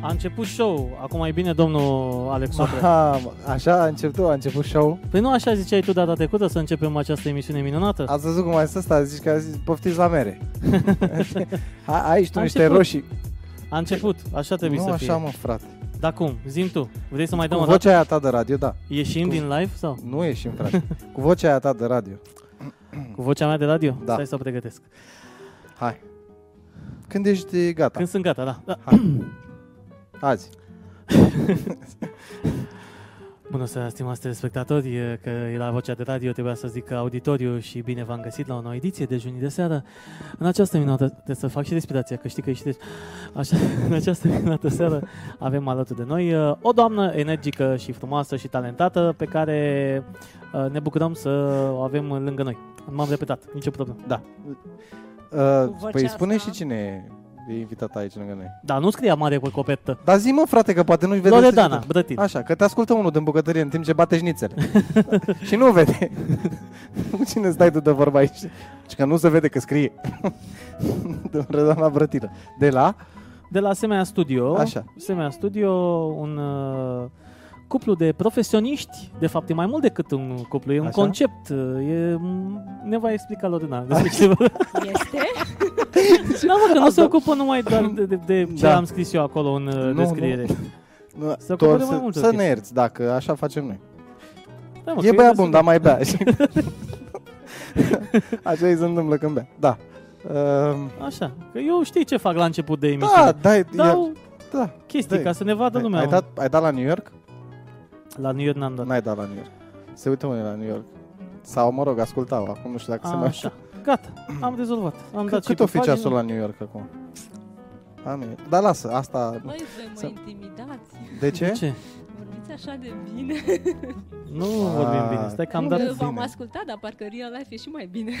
A început show acum mai bine domnul Alex Sopre. Aha, așa a început, a început show Păi nu așa ziceai tu data trecută să începem această emisiune minunată? Ați văzut cum ai stat asta, zici că a zis, poftiți la mere. A- Ai și tu A niște început. roșii. A început, așa trebuie nu să fie. așa, mă, frate. Dar cum? Zim tu, vrei să mai dăm Cu o dată? vocea aia ta de radio, da. Ieșim cu- din live sau? Nu ieșim, frate. Cu vocea aia ta de radio. Cu vocea mea de radio? Mm. Da. Stai să o pregătesc. Hai. Când ești gata? Când sunt gata, da. da. Azi. Bună seara, stimați telespectatori, e că e la vocea de radio trebuia să zic auditoriu și bine v-am găsit la o nouă ediție de juni de seară. În această minunată, trebuie să fac și respirația, că știi că ești... Așa, în această minunată seară avem alături de noi uh, o doamnă energică și frumoasă și talentată pe care uh, ne bucurăm să o avem lângă noi. M-am repetat, nicio problemă. Da. Uh, vocea păi spune asta- și cine e invitat aici lângă noi. Da, nu scria mare pe copertă. Dar zi mă, frate, că poate nu-și vede. Loredana, săgetul. Brătin. Așa, că te ascultă unul din bucătărie în timp ce bate șnițele. și nu vede. Cu cine stai tu de vorba aici? Și că nu se vede că scrie. de Rădana Brătilă. De la... De la Semea Studio. Așa. Semea Studio, un uh, cuplu de profesioniști, de fapt e mai mult decât un cuplu, e un Așa. concept. uh, E, m- ne va explica Lorena. despre ce vă- Este? Da, mă, că nu se Da. ocupă numai doar de, de, de ce Da. am scris eu acolo în uh, Nu, descriere. Nu, Să doar cumpere mai să, multe să chestii. ne ierți, dacă așa facem noi. Da, mă, că e băiat vreau bun, să- dar mai bea. așa îi se întâmplă când bea. Da. Um, Așa, că eu știi ce fac la început de da, emisiune. da, e, Dau da. chestii dai, ca să ne vadă lumea. Da. ai, dat, ai dat la New York? La New York n-am dat. N-ai dat la New York. Se uită unii la New York. Sau, mă rog, ascultau. Acum nu știu dacă se mai Așa, gata, am rezolvat. Am dat Cât, și cât pe o fi pagină. ceasul la New York acum? Am Dar lasă, asta... Măi, voi mă Să- intimidați. De ce? De ce? Vorbiți așa de bine. Nu vorbim bine, stai că am Nu, dat... de V-am bine. ascultat, dar parcă real life e și mai bine.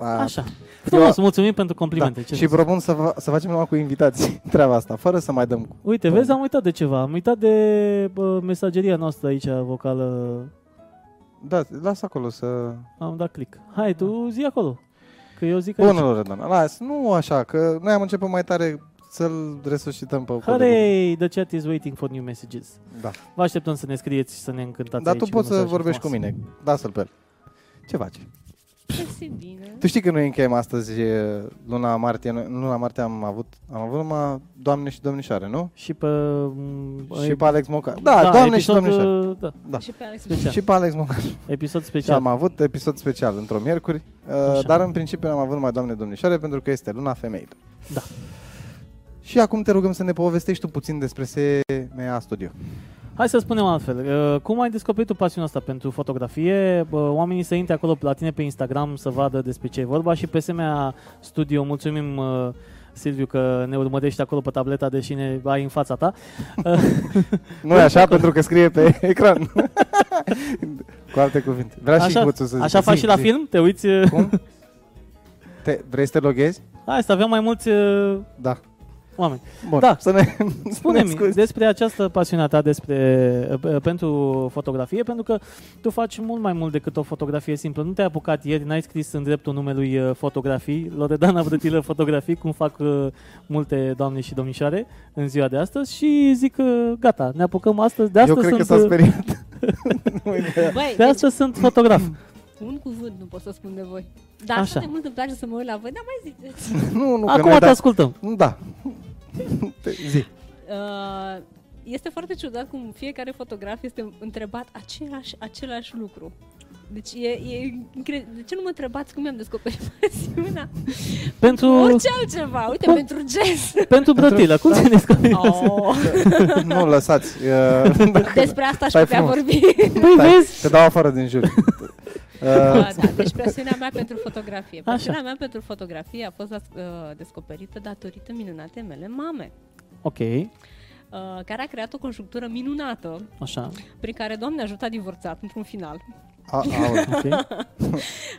A, Așa. Frumos, mulțumim pentru da. complimente. ce Și propun să, fa- să facem numai cu invitații treaba asta, fără să mai dăm cu... Uite, vezi, am uitat de ceva. Am uitat de bă, mesageria noastră aici, vocală. Da, lasă acolo să... Am dat click. Hai, tu zi acolo. Că eu zic că... Bună, Loredana, las, nu așa, că noi am început mai tare să-l resuscităm pe colegul. Hurray, the chat is waiting for new messages. Da. Vă așteptăm să ne scrieți și să ne încântați Dar aici tu cu poți să mesaje vorbești cu frumoase. mine, lasă-l pe el. Ce faci? Este Păi, bine. Tu știi că noi încheiem astăzi e, luna martie, noi, în luna martie am avut, am avut numai doamne și domnișoare, nu? Și pe... m, și e- pe Alex Mocar. Da, da doamne și Da, episod, domnișoare. uh, Da, Da. Și pe Alex. special. Și pe Alex Mocar. Episod Și am special. avut episod special într-o miercuri, uh, Așa. dar în principiu am avut numai doamne domnișoare pentru că este luna femeilor. Da. Și acum te rugăm să ne povestești tu puțin despre SMA Studio. Hai să spunem altfel. Uh, Cum ai descoperit tu pasiunea asta pentru fotografie? Bă, Oamenii să intre acolo la tine pe Instagram să vadă despre ce e vorba și pe semea studio, mulțumim uh, Silviu că ne urmărești acolo pe tableta deși ne ai în fața ta. Nu Păi, e așa pentru că scrie pe ecran. Cu alte cuvinte. Vrea și Așa, Guțu să zică. așa faci Zi, și la zi. film? Te uiți? uh, Cum? Te, vrei să te loghezi? Hai să avem mai mulți uh, Da. oameni. Bun, Da. să ne ne Spune-mi scuzi. despre această pasiunea ta despre, uh, pentru fotografie, pentru că tu faci mult mai mult decât o fotografie simplă. Nu te-ai apucat ieri, n-ai scris în dreptul numelui uh, fotografii, Loredana Brătilă Fotografii, cum fac uh, multe doamne și domnișoare în ziua de astăzi și zic că gata, ne apucăm astăzi. De Eu astăzi cred că sunt, s-a uh, speriat. Nu e- Băi, de deci, astăzi sunt fotograf. un cuvânt nu pot să spun de voi. Dar așa Așa. de mult îmi place să mă uit la voi, dar mai ziceți. nu, nu, că Acum noi te da. ascultăm. Da. Te- Zi. Uh, este foarte ciudat cum fiecare fotograf este întrebat același, același lucru. Deci e, e incre- De ce nu mă întrebați cum mi-am descoperit pasiunea? Pentru, Orice altceva. Uite, Cum? pentru jazz. pentru Brătilă, Da. cum se descoperi? Oh. Nu, lăsați. Uh, Despre asta aș Stai putea frumos. vorbi. Păi Stai, vezi? Te dau afară din jur. Uh, Da, da, deci pasiunea mea pentru fotografie. Exact. Așa. Pasiunea mea pentru fotografie a fost uh, descoperită datorită minunate mele mame, Ok, uh, care a creat o conjunctură minunată așa, prin care Doamne ajută a divorțat într-un final. a, aoleu. ok.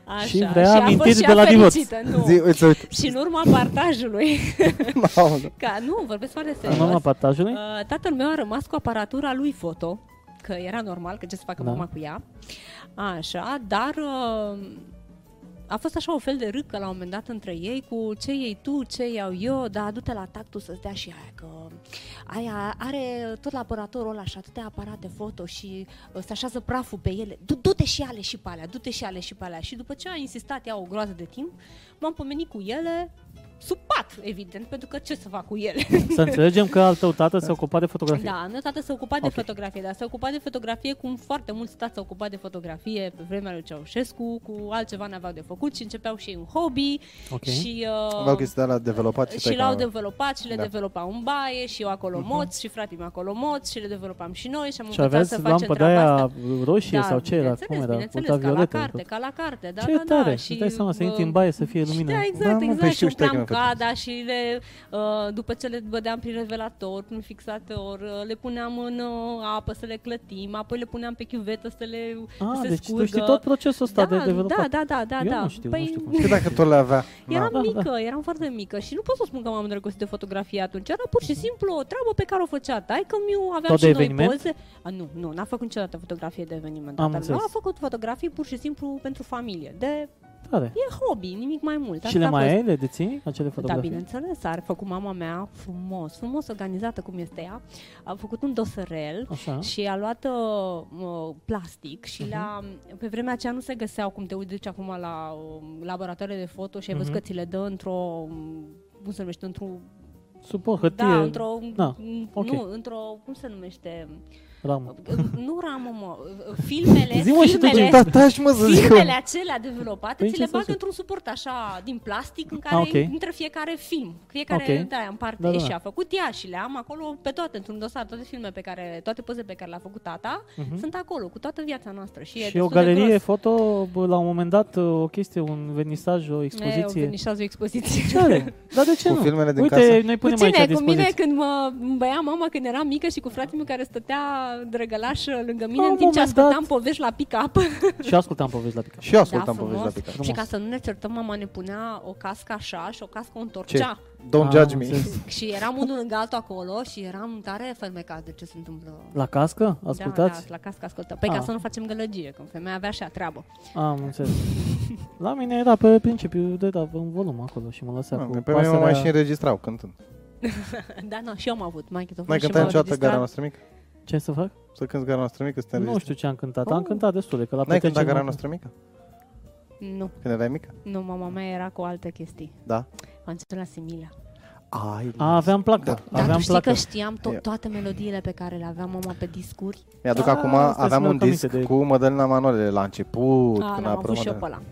Așa. Și vrea a fost amintiri și de la ea divorț. fericită, Nu. Zi, uite, uite. Și în urma partajului. Aoleu. Ca, nu, vorbesc foarte serios. În urma partajului? Uh, tatăl meu a rămas cu aparatura lui foto, că era normal, că ce să facă Da. da. mama cu ea. Așa, dar uh, a fost așa un fel de râcă la un moment dat între ei cu ce iei tu, ce iau eu, dar adu-te la tactul să-ți dea și aia, că aia are tot laboratorul ăla și atâtea aparate foto și uh, se așează praful pe ele. Du- Du-te și ale și pe alea, du-te și ale și pe alea. Și după ce a insistat ea o groază de timp, m-am pomenit cu ele, sub pat, evident, pentru că ce să fac cu ele? Să înțelegem că al tău tată se ocupa de fotografie. Da, meu tată se ocupa de Ok. fotografie, dar se ocupa de fotografie cum foarte mulți tați se ocupa de fotografie pe vremea lui Ceaușescu, cu altceva n-aveau de făcut și începeau și ei un hobby Ok. și, uh, Aveau chestia la developat și și tăi l-au că- dezvoltat și le Da. da. developau în baie și eu acolo moți și fratele meu acolo moți și le developam și noi și am Mhm. Și învățat să aveți facem lampă de treaba asta. Da, aia roșie sau ce era? Cum bineînțeles, era? bineînțeles, Ultra ca la violetă. carte, ca la carte, da, ce da, tare! da. și dai seama să bă, intri în baie să fie lumină. și da, Da, exact, mă, păi exact. știu, și știu că umpleam mi-am cada și le, uh, după ce le bădeam prin revelator, prin fixator, uh, le puneam în uh, apă să le clătim, apoi le puneam pe chiuvetă să le Ah, să se deci scurgă. tu știi tot procesul ăsta da, de da, developat. da, da, da, Eu da. nu știu, păi, nu știu cum. Că dacă tot le avea. Eram Da, da. mică, eram foarte mică și nu pot să spun că m-am îndrăgostit de fotografie atunci. Era pur și simplu o treabă pe care o făcea tai că mi aveam Tot și de noi eveniment? poze. A, nu, nu, n-a făcut niciodată fotografie de eveniment. Am dar înțeles. a făcut fotografii pur și simplu pentru familie. De Tare. e hobby, nimic mai mult. Și Atât le Da, a mai fost. ai? Le deții? Acele Da, fotografii? bineînțeles, a făcut mama mea frumos, frumos organizată cum este ea. A făcut un dosărel Așa. Mhm. și a luat uh, uh, plastic și uh-huh. la, pe vremea aceea nu se găseau, cum te uiți deci acum la uh, laboratoarele de foto și ai văzut Mhm. că ți le dă într-o, um, cum se numește, într-un, Suport, hârtie, da, într-o, da, n- ok. nu, într-o, cum se numește, ramă. nu ramă, mă, filmele, Zi-mă și tu filmele, ce- Da, taci mă să zic eu. filmele acelea developate Păi ți ce le să bag zic? într-un suport așa din plastic în care Ah, ah, ok. okay. intră fiecare film. Fiecare Ok. okay. da, în parte Da, da, da, da. da. și a făcut ea și le am acolo pe toate într-un dosar, toate filme pe care toate pozele pe care le-a făcut tata Mhm. sunt acolo cu toată viața noastră și, e Și destul o de galerie gros. foto, bă, la un moment dat, o chestie, un vernisaj, o E, o expoziție. finișează o expoziție. Ce are? Dar de ce Cu nu? filmele din Uite, casă. noi Cu punem aici cine? la Cu mine dispoziție. când mă îmi băia mama când eram mică și cu fratele meu care stătea drăgălaș lângă mine La Ah, un în timp ce moment dat- ascultam povești la pick-up. Și ascultam povești la picat. Și eu ascultam da, povești la frumos. picat. Frumos. Și ca să nu ne certăm, mama ne punea o cască așa și o cască o întorcea. Ce? Don't Ah, judge am me. înțeles. Și eram unul lângă altul acolo și eram tare fermecat de ce se întâmplă. La cască? Da, Ascultați? da, la cască ascultă. Păi ca Ah. să nu facem gălăgie, că femeia avea așa treabă. Am înțeles. La mine era pe principiu de da, în volum acolo și mă lăsa Mă, cu Pe mine mă mai și pasărea... înregistrau cântând. da, nu, și eu am avut microphone N-ai și cântat m-am niciodată gara înregistrat. noastră mică? Ce să fac? Să cânti gara noastră mică, să te Nu înregistrezi. știu ce am cântat. Am cântat destule, că la Oh. N-ai petreceri cântat gara m-am- noastră mică? Nu, Când erai mică? nu, mama mea era cu alte chestii. Da. Am început la Simila. Ai. A, aveam placă. Da. Dar tu Aveam știi placă. că știam Eu- to- toate melodiile pe care le avea mama pe discuri? Mi-aduc Ah, acum, asta aveam mi-aduc un disc aminte de- cu Mădălina Manole la început, când A, l-am a Ah, avut apărut și eu pe Mădălina.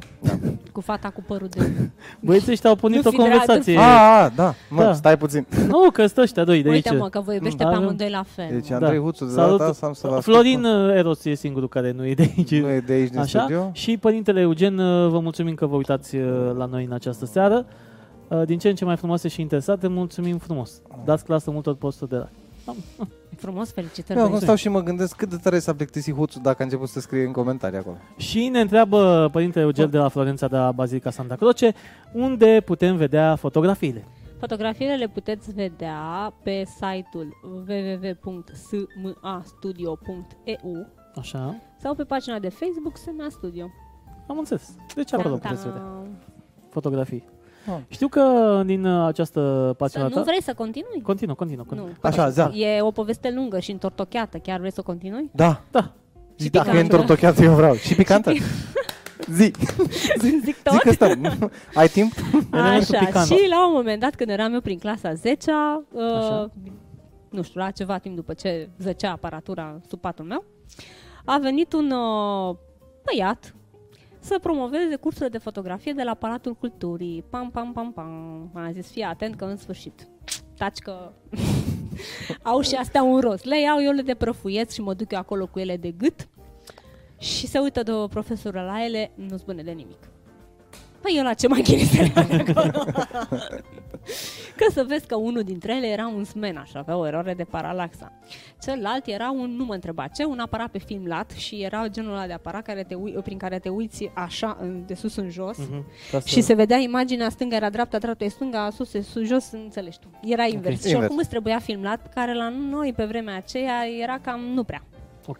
ăla. Da. Cu fata cu părul de... Băieții ăștia au pornit Nu o fi drag, conversație. A, a, da, mă, Da. stai puțin. Nu, că sunt ăștia doi de aici. Uite mă, că vă iubește Mm, pe avem- amândoi la fel. Deci mă. Andrei Da. Huțu de Salut. data asta am să-l ascult. Florin uh, Eros e singurul care nu e de aici. Nu e de aici din Așa? studio? Și părintele Eugen, uh, vă mulțumim că vă uitați uh, la noi în această seară. Uh, Din ce în ce mai frumoase și interesate, mulțumim frumos. Dați clasă multor posturi de la. Frumos, felicitări. Eu acum băieți. stau și mă gândesc cât de tare s-a plictisit Huțu dacă a început să scrie în comentarii acolo. Și ne întreabă părintele Eugen de la Florența de la Bazilica Santa Croce, unde putem vedea fotografiile. Fotografiile le puteți vedea pe site-ul www.smastudio.eu Așa, sau pe pagina de Facebook SMA Studio. Da, am înțeles. Deci acolo Tam, puteți tam. vedea fotografii. Ah. Știu că din uh, această pagină Să nu ta... vrei să continui? Continuă, continuă, continuă. Nu. Așa, da. E o poveste lungă și întortocheată. Chiar vrei să continui? Da. Da. Zi Și dacă e picantă. întortocheată, eu vreau. Și picantă? Zi. Zic tot? Zic ăsta. Ai timp? Elementul Așa, picant. și la un moment dat când eram eu prin clasa 10 uh, Așa. nu știu, la ceva timp după ce zăcea aparatura sub patul meu, a venit un uh, băiat să promoveze cursurile de fotografie de la Palatul Culturii. Pam, pam, pam, pam. Am zis, fii atent că în sfârșit. Taci că au și astea un rost. Le iau, eu le deprăfuiesc și mă duc eu acolo cu ele de gât și se uită de profesorul la ele, nu spune de nimic. Păi eu la ce mai ghirisele acolo? Că să vezi că unul dintre ele era un smen, așa, avea o eroare de paralaxa. Celălalt era un, nu mă întreba ce, un aparat pe film lat și era genul ăla de aparat care te ui, prin care te uiți așa, în, de sus în jos. Mm-hmm. Mhm, ca să- Și se vedea imaginea stânga era dreapta, dreapta e stânga, sus e sus, jos, înțelegi tu. Era invers. Și Invers. oricum îți trebuia filmat, care la noi pe vremea aceea era cam nu prea. Ok.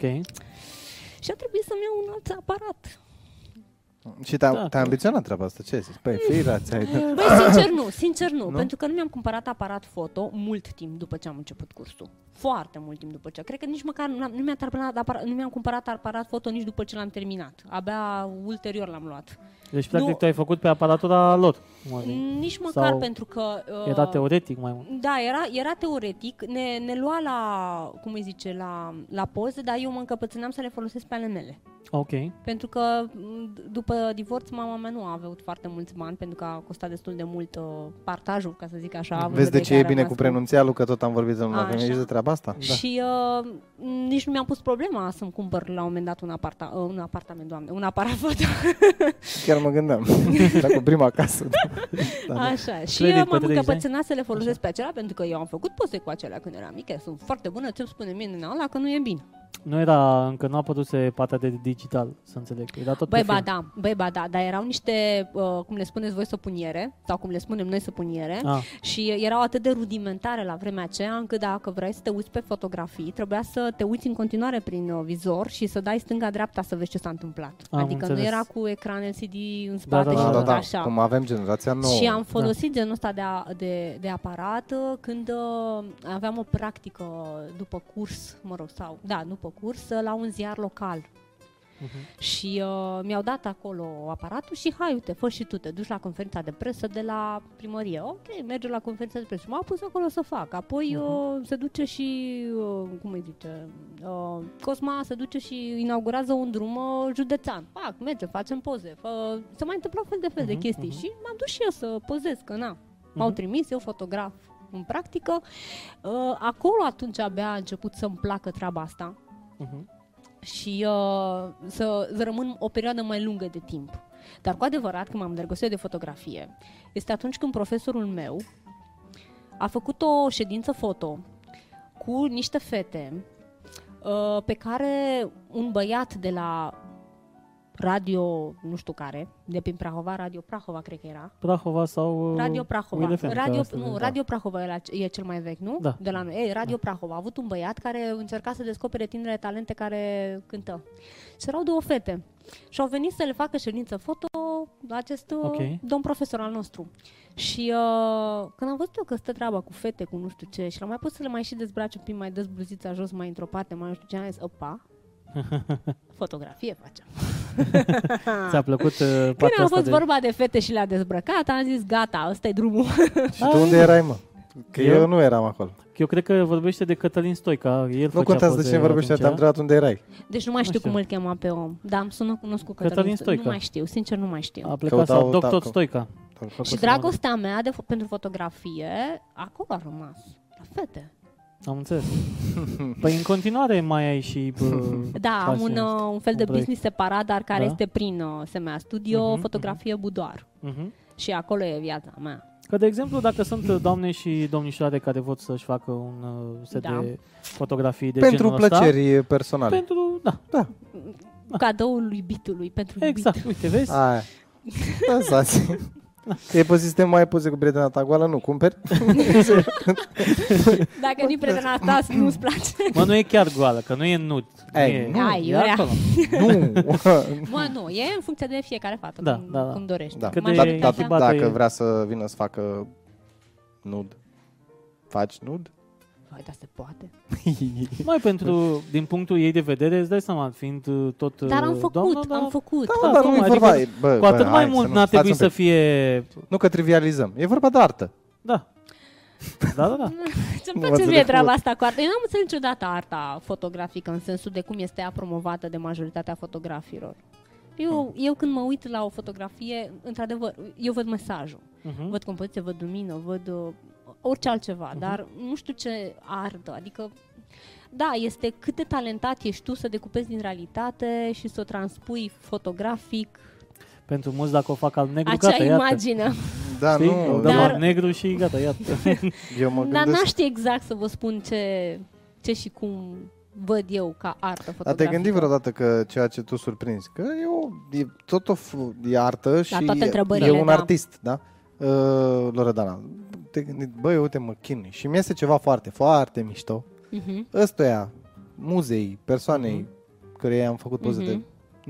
Și a trebuit să-mi iau un alt aparat. Și te-a, Da, te-a ambiționat treaba asta, ce zici? Păi, fira, ți-ai... Băi, sincer nu, sincer nu, Nu? nu, pentru că nu mi-am cumpărat aparat foto mult timp după ce am început cursul. Foarte mult timp după ce. Cred că nici măcar nu, am, nu, mi-am terminat apara- nu mi-am cumpărat aparat foto nici după ce l-am terminat. Abia ulterior l-am luat. Deci, practic, Nu. tu ai făcut pe aparatura lor. cum ar veni. Nici măcar Sau pentru că... uh, Era teoretic mai mult. Da, era, era teoretic, ne, ne lua la, cum îi zice, la, la poze, dar eu mă încăpățâneam să le folosesc pe ale mele. Ok. Pentru că m, după divorț mama mea nu a avut foarte mulți bani pentru că a costat destul de mult uh, partajul, ca să zic așa. având Vezi de în ce e vedere bine am cu rămas prenunțialul, că tot am vorbit în la Așa. și de treaba asta. Da. Și uh, nici nu mi-am pus problema să-mi cumpăr la un moment dat un, aparta, uh, un apartament, doamne, un aparat foto. Da, Chiar mă gândeam. Dar cu prima casă. Da, da. Așa. Și Credit pe eu 30 m-am de ani. încăpățânat să le folosesc pe acelea pentru că eu am făcut poze cu acelea când eram mică. Sunt foarte bună, ce spune mie în ala că nu e bine. Nu era, încă nu a apăruse partea de digital, să înțeleg. Era tot Băi, pe ba film. da, băi, ba da, dar erau niște, uh, cum le spuneți voi, săpuniere, sau cum le spunem noi săpuniere, Ah. și erau atât de rudimentare la vremea aceea, încât dacă vrei să te uiți pe fotografii, trebuia să te uiți în continuare prin uh, vizor și să dai stânga-dreapta să vezi ce s-a întâmplat. Am adică înțeles. nu era cu ecran LCD în spate Da, Da, și da, tot da, așa. Cum Da. avem generația nouă. Și am folosit genul ăsta de, a, de, de aparat uh, când uh, aveam o practică după curs, mă rog, sau, da, după curs, uh, la un ziar local. Mhm. Și uh, mi-au dat acolo aparatul și hai, uite, fă și tu, te duci la conferința de presă de la primărie. Ok, merge la conferința de presă. Și M-au pus acolo să fac. Apoi Mhm. uh, se duce și, uh, cum îi zice, uh, Cosma se duce și inaugurează un drum uh, județean. Fac, merge, facem poze. Fă, se mai întâmplă fel de fel de Mhm, chestii. mhm. Și m-am dus și eu să pozez, că na. M-au trimis, eu fotograf în practică. Uh, acolo atunci abia a început să-mi placă treaba asta Mhm. și uh, să, să rămân o perioadă mai lungă de timp. Dar cu adevărat, când m-am îndrăgostit de fotografie, este atunci când profesorul meu a făcut o ședință foto cu niște fete uh, pe care un băiat de la radio, nu știu care, de prin Prahova, Radio Prahova cred că era, Prahova sau... uh, Radio Prahova. Will FM, că Radio, asta- nu, da. Radio Prahova e, la, e cel mai vechi, nu? Da. De la noi. Ei, Radio Prahova. A avut un băiat care încerca să descopere tinere talente care cântă. Și erau două fete. Și au venit să le facă ședință foto acest uh, Ok. domn profesor al nostru. Și uh, când am văzut eu că stă treaba cu fete, cu nu știu ce, și l-am mai pus să le mai și dezbrace un pic, mai des bluzița jos, mai într-o parte, mai nu știu ce, am zis, opa, fotografie facem. Ți-a plăcut uh, Când partea a asta fost de... vorba de fete și le-a dezbrăcat, am zis, gata, ăsta e drumul. Și tu unde erai, mă? Că eu, Eu? nu eram acolo. Eu cred că vorbește de Cătălin Stoica. El Nu făcea contează de poze cine vorbește, atunci. da? te-am întrebat unde erai. Deci nu mai Nu știu știu. cum îl chema pe om, dar am sunat cunoscut Cătălin, Cătălin Stoica. Stoica. Nu mai știu, sincer nu mai știu. A plecat Căutau- sau da, doctor că- Stoica. și să mă duc. dragostea mea de, fo- pentru fotografie acolo a rămas, la fete. Am înțeles. Păi în continuare mai ai și... bă, Da, am un, pasiunea asta. uh, un fel de un proiect. business separat, dar care Da. este prin uh, SMA Studio, Mhm, fotografie budoar. Mhm. Și acolo e viața mea. Că, de exemplu, dacă sunt uh, doamne și domnișoare care vor să-și facă un uh, set Da. de fotografii de Pentru genul ăsta, plăceri personale. pentru, da, Cadoul iubitului pentru exact, uite, vezi? Aia. Lăsați. E pe sistem mai ai poze cu prietena ta goală, nu cumperi? iubit. Dacă Exact. nu-i prietena ta, nu-ți place. Mă, nu e chiar goală, că nu e nud. Ei, e, nu, Ai, e iurea. acolo. nu. Mă, nu, e în funcție de fiecare fată, Da, cum, da, da. cum dorești. Da. Cât Dar de- Majoritatea- da, intimată dacă e. vrea să vină să facă nud, faci nud? Băi, dar se poate. Mai pentru, din punctul ei de vedere, îți dai seama, fiind uh, tot uh, Dar am făcut, doamnă, dar am făcut. Da, Da, dar nu e tocmai, vorba. adică e- Bă, Cu atât bă, mai hai mult nu- n-ar stați trebui un să pic. fie... Nu că trivializăm, e vorba de artă. Da. Da, da, da. Ce-mi Nu v-ați place mie recunoscut. treaba asta cu arta. Eu n-am înțeles niciodată arta fotografică în sensul de cum este ea promovată de majoritatea fotografilor. Eu, eu când mă uit la o fotografie, într-adevăr, eu văd mesajul. Mhm. Văd compoziție, văd lumină, văd uh, orice altceva, Mhm. dar nu știu ce ardă. Adică, da, este cât de talentat ești tu să decupezi din realitate și să o transpui fotografic Pentru mulți, dacă o fac al negru, acea gata, iată. imagine. Da, Știi? nu, O dăm Dar- al negru și gata, iată. eu mă Dar gândesc. n-aș ști exact să vă spun ce, ce și cum văd eu ca artă fotografică. Dar te-ai gândit vreodată că ceea ce tu surprinzi, că e, o, e tot o f- e artă și toate e, întrebările, e un da. artist, da? Uh, Loredana, te gândit, băi, uite, mă chinui și mi iese ceva foarte, foarte mișto. Mhm. Ăstoia, muzei, persoanei mm-hmm. care i-am făcut poze mm-hmm. de Mhm.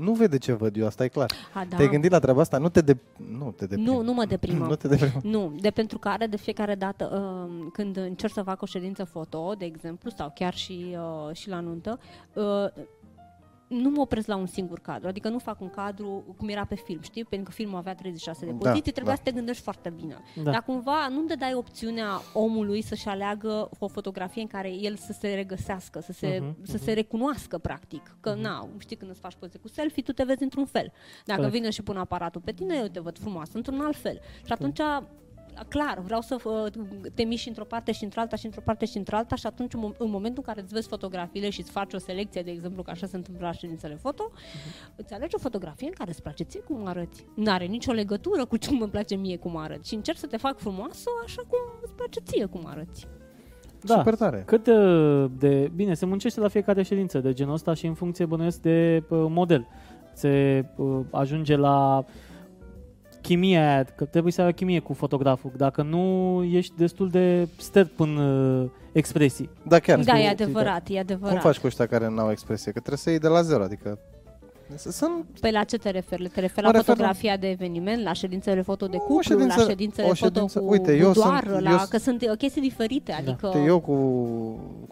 Nu vede ce văd eu, asta e clar. A, da. Te-ai gândit la treaba asta? Nu te, de... nu te deprimi. Nu, nu mă deprimă. Nu te deprimi. Nu, de pentru care de fiecare dată uh, când încerc să fac o ședință foto, de exemplu, sau chiar și, uh, și la nuntă, uh, nu mă opresc la un singur cadru, adică nu fac un cadru cum era pe film, știi? Pentru că filmul avea 36 de Da, poziții, trebuia da. să te gândești foarte bine. Da. Dar cumva nu te dai opțiunea omului să-și aleagă o fotografie în care el să se regăsească, să se, Mhm, uh-huh, să uh-huh. se recunoască practic. Că uh-huh. na, știi când îți faci poze cu selfie, tu te vezi într-un fel. Dacă Corect. vine și pun aparatul pe tine, eu te văd frumoasă într-un alt fel. Și atunci clar, vreau să fă- te miști într-o parte și într-alta și într-o parte și într-alta și atunci în mom- în momentul în care îți vezi fotografiile și îți faci o selecție, de exemplu, că așa se întâmplă la ședințele foto, îți alegi o fotografie în care îți place ție cum arăți. N-are nicio legătură cu ce îmi place mie cum arăți și încerci să te fac frumoasă așa cum îți place ție cum arăți. Da. Super tare. Cât de, de bine se muncește la fiecare ședință de genul ăsta și în funcție bănuiesc de uh, model. Se uh, ajunge la chimia aia, că trebuie să ai o chimie cu fotograful. Dacă nu, ești destul de stert în uh, expresii. Da, chiar. da, spui- e adevărat, e adevărat. Cum faci cu ăștia care n-au expresie? Că trebuie să iei de la zero, adică... să- Sunt Pe Păi la ce te referi? Te referi Mă la refer la- fotografia de eveniment, la ședințele foto de O cuplu, ședință- la ședințele o foto ședință- cu uite, eu budoară, sunt- la, eu sunt- că sunt uh, chestii diferite, adică Uite, eu cu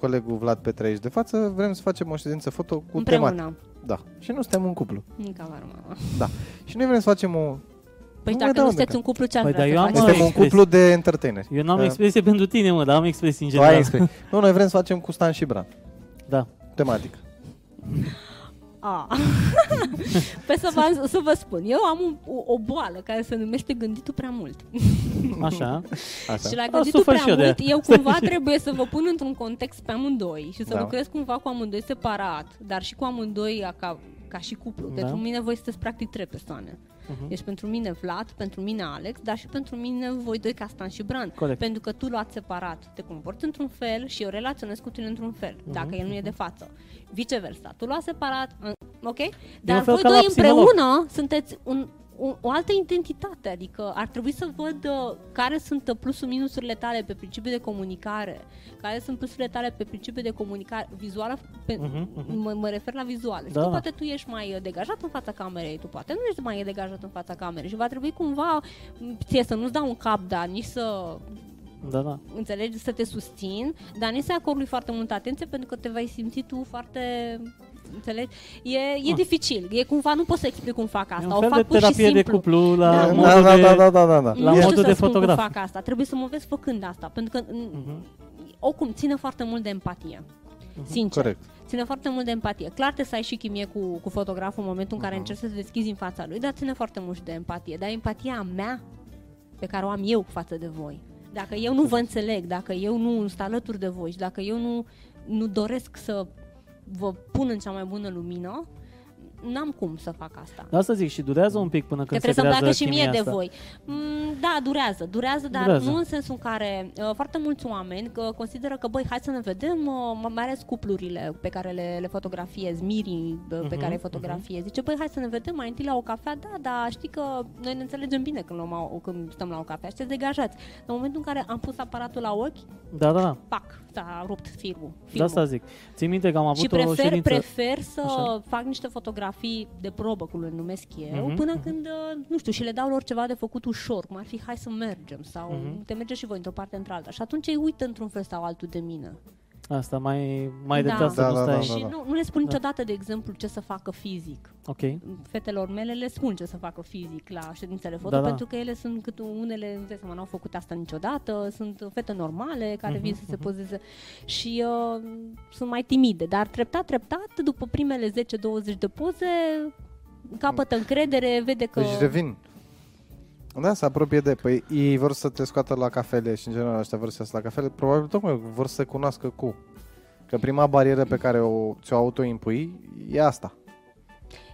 colegul Vlad Petre aici de față vrem să facem o ședință foto cu temat. împreună. Da. Și nu suntem un cuplu. Da. Încă mama. Și noi vrem să facem o... Păi Nu mai dacă dau nu de cap. sunteți un cuplu, ce ați Păi, vrea dar să eu am faceți? o- Suntem un expresie. cuplu de entertaineri. Eu n-am Da. expresie pentru tine, mă, dar am expresii în Tu ai general. expresie. Nu, noi vrem să facem cu Stan și Bran. Da. Tematic. A. Păi să vă, să vă spun, eu am un, o, o boală care se numește gânditul prea mult. Așa. Așa. Și la A, gânditul sufăr prea Ah, și eu de mult, aia. eu cumva trebuie să vă pun într-un context pe amândoi și să Da. lucrez cumva cu amândoi separat, dar și cu amândoi a- ca, ca și cuplu. Da. Pentru mine voi sunteți practic trei persoane. Mhm. Deci pentru mine Vlad, pentru mine Alex, dar și pentru mine voi doi ca Stan și Bran. Corect. Pentru că tu luați separat, te comporți într-un fel și eu relaționez cu tine într-un fel, Mhm, dacă el nu e de față. Viceversa, tu luați separat, în- ok? Dar un fel voi ca la doi psiholog. împreună sunteți un, un, o altă identitate, adică ar trebui să văd uh, care sunt uh, plusul minusurile tale pe principiu de comunicare, care sunt plusurile tale pe principiu de comunicare vizuală, pe, Mhm, mhm. mă, mă refer la vizuale. Da. Da. Tu poate tu ești mai uh, degajat în fața camerei, tu poate nu ești mai degajat în fața camerei și va trebui cumva m, ție să nu-ți dau un cap, dar nici să Da, da. înțelegi, să te susțin, dar nici să acordui foarte multă atenție pentru că te vei simți tu foarte Înțelegi? E, e Ah. dificil. E cumva, nu pot să explic cum fac E asta. un o fel fac de pur și terapie de simplu. cuplu la Da. modul Da, da, de... da, da, da, da, da. Nu modul știu să de spun cum fotograf. fac asta. Trebuie să mă vezi făcând asta, pentru că n- Mhm. oricum ține foarte mult de empatie. Sincer. Corect. Ține foarte mult de empatie. Clar trebuie să ai și chimie cu, cu fotograful în momentul în care Mhm. încerci să te deschizi în fața lui, dar ține foarte mult și de empatie. Dar empatia mea pe care o am eu față de voi. Dacă eu nu vă înțeleg, dacă eu nu sunt alături de voi și dacă eu nu, nu doresc să vă pun în cea mai bună lumină, n-am cum să fac asta. Da, asta zic, și durează un pic până Că când se trebuie să-mi creează placă și mie chimia de asta. voi. Mm, da, durează, durează, dar Durează. durează. nu în sensul în care uh, foarte mulți oameni uh, consideră că, băi, hai să ne vedem, uh, mai ales cuplurile pe care le, le fotografiez, mirii uh, pe Mhm, care îi fotografiez. Zice, băi, hai să ne vedem mai întâi la o cafea, da, dar știi că noi ne înțelegem bine când, luăm, o- când stăm la o cafea, sunteți degajați. În momentul în care am pus aparatul la ochi, Da, da, da. pac, s-a rupt firul. De filmul. Da, asta zic. Țin minte că am avut Și o prefer, ședință... prefer să Așa. fac niște fotografii de probă, cum le numesc eu, Mhm, până mhm. când, uh, nu știu, și le dau lor ceva de făcut ușor, cum ar fi hai să mergem sau Mhm. te mergeți și voi într-o parte într-alta. Și atunci ei uită într-un fel sau altul de mine. Asta, mai, mai Da. de să Da, nu da, stai... da, și da. Nu, nu le spun niciodată, de exemplu, ce să facă fizic. Ok. Fetelor mele le spun ce să facă fizic la ședințele foto, Da, da. pentru că ele sunt cât unele, nu dai seama, n-au făcut asta niciodată, sunt fete normale care Mhm, vin să se pozeze și uh, sunt mai timide, dar treptat, treptat, după primele 10-20 de poze, capătă Mm. încredere, vede că... Deci revin. Da, se apropie de. Păi ei vor să te scoată la cafele și în general ăștia vor să iasă la cafele. Probabil tocmai vor să se cunoască cu. Că prima barieră pe care o, ți-o autoimpui e asta.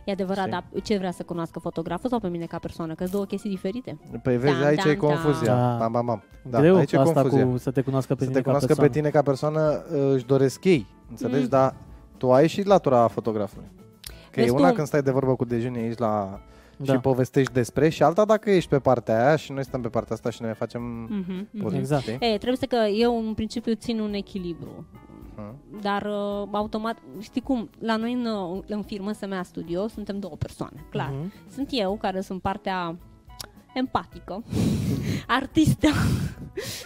E adevărat, Știi? dar ce vrea să cunoască fotograful sau pe mine ca persoană? Că sunt două chestii diferite. Păi vezi, Dam, aici e dam, confuzia. dam. Bam, bam, bam. Da, Da, Greu aici e asta confuzia. cu să te cunoască pe să tine te ca cunoască pe persoană. tine ca persoană uh, își doresc ei, înțelegi? Mm. Dar tu ai și latura fotografului. Că Vezi e una tu- când stai de vorbă cu dejunii aici la da. și povestești despre și alta dacă ești pe partea aia și noi stăm pe partea asta și ne facem Mhm, mhm. poze. Exact. știi? E, trebuie să că eu în principiu țin un echilibru. Mhm. Dar uh, automat, știi cum, la noi în, uh, în firmă SMA Studio suntem două persoane, clar. Mhm. Sunt eu, care sunt partea empatică, artistă,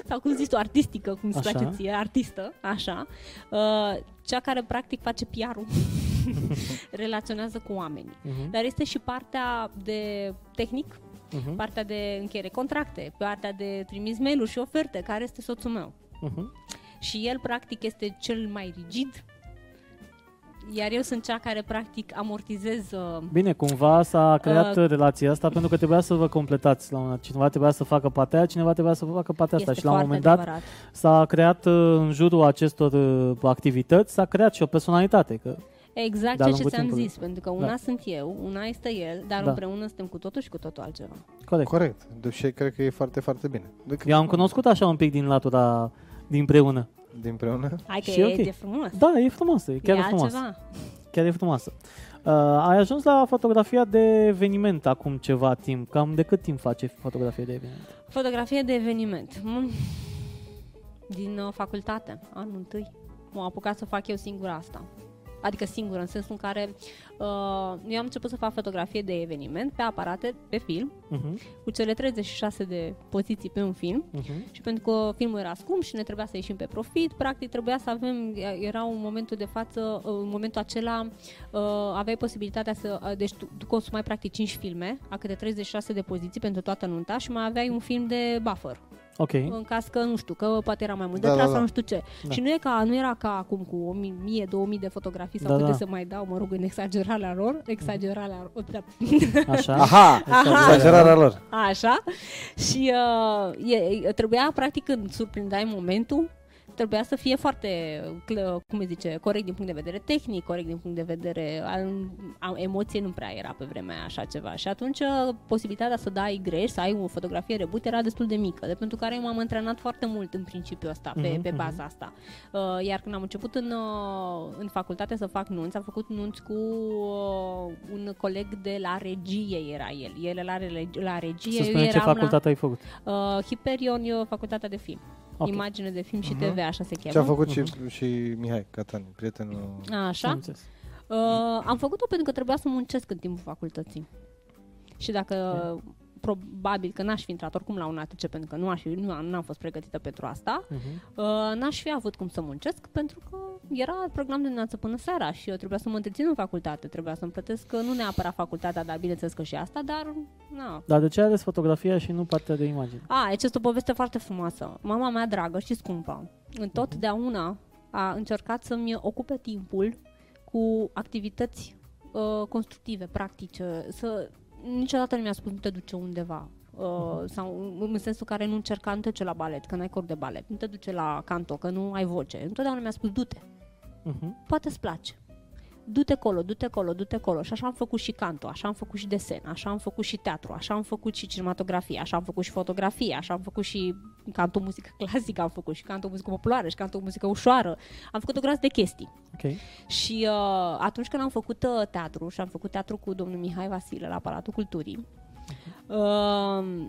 sau cum zici tu, artistică, cum îți Așa. place ție, artistă, așa, uh, cea care practic face PR-ul, relaționează cu oamenii. Mhm. Dar este și partea de tehnic, Mhm. partea de încheiere contracte, partea de trimis mail-uri și oferte, care este soțul meu. Mhm. Și el, practic, este cel mai rigid, iar eu sunt cea care, practic, amortizez... Uh, Bine, cumva s-a creat relația asta pentru că trebuia să vă completați la un moment dat. Cineva trebuia să facă partea aia, cineva trebuia să facă partea asta. este Și la un foarte moment dat adevărat. s-a creat uh, în jurul acestor uh, activități, s-a creat și o personalitate. Că, Exact de-a ceea ce lungul ți-am timpului. zis, pentru că una Da. sunt eu, una este el, dar Da. împreună suntem cu totul și cu totul altceva. corect. Corect. Deci cred că e foarte, foarte bine. Deci, Eu am cunoscut așa un pic din latura din împreună. Din preună. Hai că Și e, ok. e frumos. Da, e frumoasă, e chiar e frumoasă. altceva. Chiar e frumoasă. Uh, ai ajuns la fotografia de eveniment acum ceva timp. Cam de cât timp face fotografie de eveniment? Fotografie de eveniment. Mm. Din uh, facultate, anul întâi. M-am apucat să fac eu singură asta. Adică singură, în sensul în care uh, eu am început să fac fotografie de eveniment pe aparate, pe film, Uh-huh, cu cele 36 de poziții pe un film. uh-huh. Și pentru că filmul era scump și ne trebuia să ieșim pe profit, practic trebuia să avem, era un momentul de față, în momentul acela uh, aveai posibilitatea să, uh, deci tu, tu consumai practic 5 filme, a câte 36 de poziții pentru toată nunta și mai aveai un film de buffer, Ok. în caz că, nu știu, că poate era mai mult de Da, da, da, tras da. sau nu știu ce. Mhm. Da. Da. Și nu, e ca, nu era ca acum cu 1000-2000 de fotografii sau Da, da, câte da. da. să mai dau, mă rog, în exagerarea lor, exagerarea lor, da. Așa. Aha! Aha! Exagerarea lor. Așa. Și uh, e, trebuia, practic, când surprindeai momentul, trebuia să fie foarte, cl- cum îi zice, corect din punct de vedere tehnic, corect din punct de vedere al, a, emoție nu prea era pe vremea aia așa ceva. Și atunci uh, posibilitatea să dai greș, să ai o fotografie reboot era destul de mică, de pentru care eu m-am antrenat foarte mult în principiu asta, pe, Mhm, pe mhm. baza asta. Uh, iar când am început în, uh, în facultate să fac nunți, am făcut nunți cu uh, un coleg de la regie era el. El la, re- la regie, Să eu spunem ce eram facultate ai făcut. la uh, Hiperion, eu facultatea de film. Ok. Mhm. Okay. Imagine de film și TV, așa se Ce a cheamă. făcut și, Mhm. și Mihai Catan, prietenul... Am Așa. înțeles. Uh, am făcut-o pentru că trebuia să muncesc în timpul facultății. Și dacă probabil că n-aș fi intrat oricum la un ATC pentru că nu, aș, fi- nu, am- n-am fost pregătită pentru asta, Uh-huh. Uh, n-aș fi avut cum să muncesc pentru că era program de dimineață până seara și eu trebuia să mă întrețin în facultate, trebuia să-mi plătesc uh, nu neapărat facultatea, dar bineînțeles că și asta, dar na. Dar de ce ales fotografia și nu partea de imagine? A, deci este o poveste foarte frumoasă. Mama mea dragă și scumpă, întotdeauna a încercat să-mi ocupe timpul cu activități uh, constructive, practice, să niciodată nu mi-a spus nu te duce undeva. Uh, sau în sensul care nu încerca, nu te duce la balet, că n-ai cor de balet, nu te duce la canto, că nu ai voce. Întotdeauna mi-a spus du-te, Uh-huh. poate îți place. Du-te colo, du-te colo, du-te colo. Și așa am făcut și canto, așa am făcut și desen, așa am făcut și teatru, așa am făcut și cinematografie, așa am făcut și fotografie, așa am făcut și canto muzică clasică, am făcut și canto muzică populară și canto muzică ușoară. Am făcut o groază de chestii. Ok. Și uh, atunci când am făcut uh, teatru și am făcut teatru cu domnul Mihai Vasile la Palatul Culturii, uh,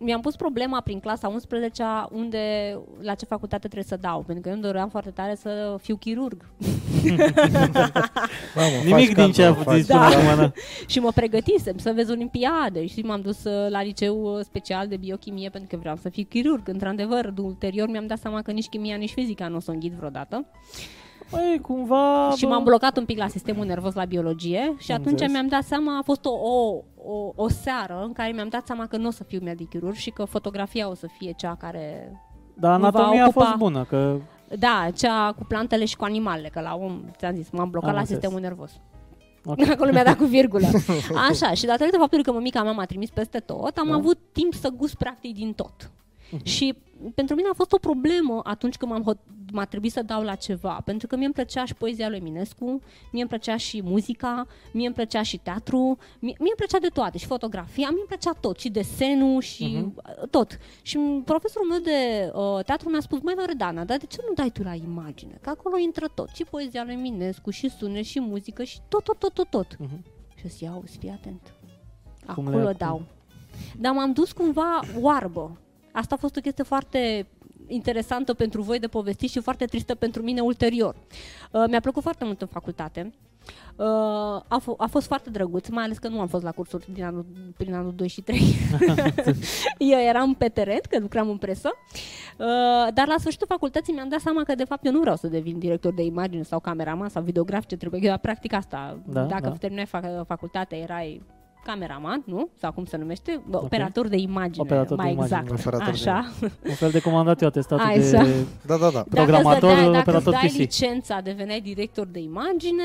mi-am pus problema prin clasa 11 unde, la ce facultate trebuie să dau, pentru că eu îmi doream foarte tare să fiu chirurg. Mamă, Nimic din ce a zis până Da. acum. Da. și mă pregătisem să vezi olimpiade și m-am dus uh, la liceu uh, special de biochimie pentru că vreau să fiu chirurg. Într-adevăr, de- ulterior mi-am dat seama că nici chimia, nici fizica nu o să o înghit vreodată. Băi, Păi, cumva... Și bă, m-am blocat un pic la sistemul nervos la biologie și Am atunci înțeles. mi-am dat seama, a fost o, o, o, o seară în care mi-am dat seama că nu o să fiu medichirurg și că fotografia o să fie cea care... Dar nu va anatomia a fost ocupa- bună, că... Da, cea cu plantele și cu animalele, că la om, ți-am zis, m-am blocat Am la înțeles. sistemul nervos. Ok. Acolo mi-a dat cu virgulă. Așa, și datorită faptului că mămica mea m-a trimis peste tot, am Da. avut timp să gust practic din tot. Mhm. Și pentru mine a fost o problemă atunci când m-am hot- m-a trebuit să dau la ceva, pentru că mie îmi plăcea și poezia lui Eminescu, mie îmi plăcea și muzica, mie îmi plăcea și teatru, mie, mie îmi plăcea de toate, și fotografia, mie îmi plăcea tot, și desenul, și uh tot. Și profesorul meu de uh, teatru mi-a spus, mai Loredana, dar de ce nu dai tu la imagine? Că acolo intră tot, și poezia lui Eminescu, și sunet, și muzică, și tot, tot, tot, tot, tot. Mhm. Și o să iau, fii atent. Cum le- Acolo cum- dau. Dar m-am dus cumva oarbă. Asta a fost o chestie foarte interesantă pentru voi de povestit și foarte tristă pentru mine ulterior. Uh, mi-a plăcut foarte mult în facultate. Uh, a, f- a fost foarte drăguț, mai ales că nu am fost la cursuri din anul, prin anul 2 și 3. eu eram pe teren, că lucram în presă, uh, dar la sfârșitul facultății mi-am dat seama că de fapt eu nu vreau să devin director de imagine sau cameraman sau videograf, ce trebuie. Eu practic asta. Da, Dacă da. terminai fac- facultatea, erai cameraman, nu? Sau cum se numește? Bă, Ok. Operator de imagine, Operator de mai imagine, exact. operator de Așa. Un fel de comandat eu atestatul Așa. de... Da, da, da. Da. Programator, dacă îți dădeai, operator dacă îți PC. dai licența, deveneai director de imagine,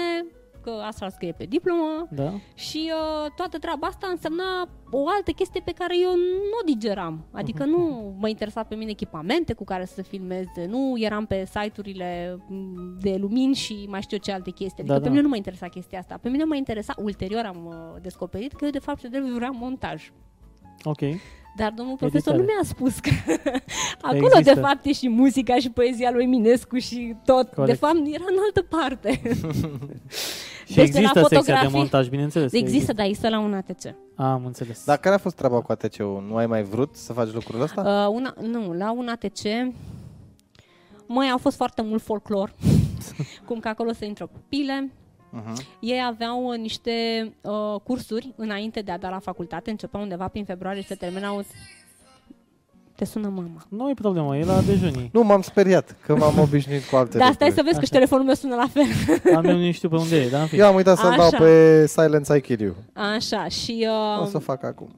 că asta scrie pe diplomă, Da? și uh, toată treaba asta însemna o altă chestie pe care eu nu o digeram. Adică nu mă interesa pe mine echipamente cu care să filmeze, nu eram pe site-urile m, de lumini și mai știu eu ce alte chestii. Da, Adică pe da. mine nu mă interesa chestia asta. Pe mine mă interesa, ulterior am uh, descoperit că eu de fapt de vreau montaj. Ok. Dar domnul profesor nu Editare. mi-a spus că acolo există. de fapt e și muzica și poezia lui Eminescu și tot. Corect. De fapt era în altă parte. Și Deci există de la secția de fotografii- montaj, bineînțeles. că Există, dar există la un ATC. Am înțeles. Dar care a fost treaba cu ATC-ul? Nu ai mai vrut să faci lucrul ăsta? Uh, una, nu, la un ATC, măi, au fost foarte mult folclor, cum că acolo se intră copile. Uh, Uh-huh. Ei aveau uh, niște uh, cursuri înainte de a da la facultate, începeau undeva prin februarie și se terminau... Te sună mama. Nu e problemă, e la dejunii. Nu, m-am speriat că m-am obișnuit cu alte Dar Da, stai să lucruri. vezi că și telefonul meu sună la fel. Am eu nu știu pe unde e, dar în fine. Eu am uitat să-l dau Așa. pe Silence I Kill You. Așa, și... Uh, O să fac acum.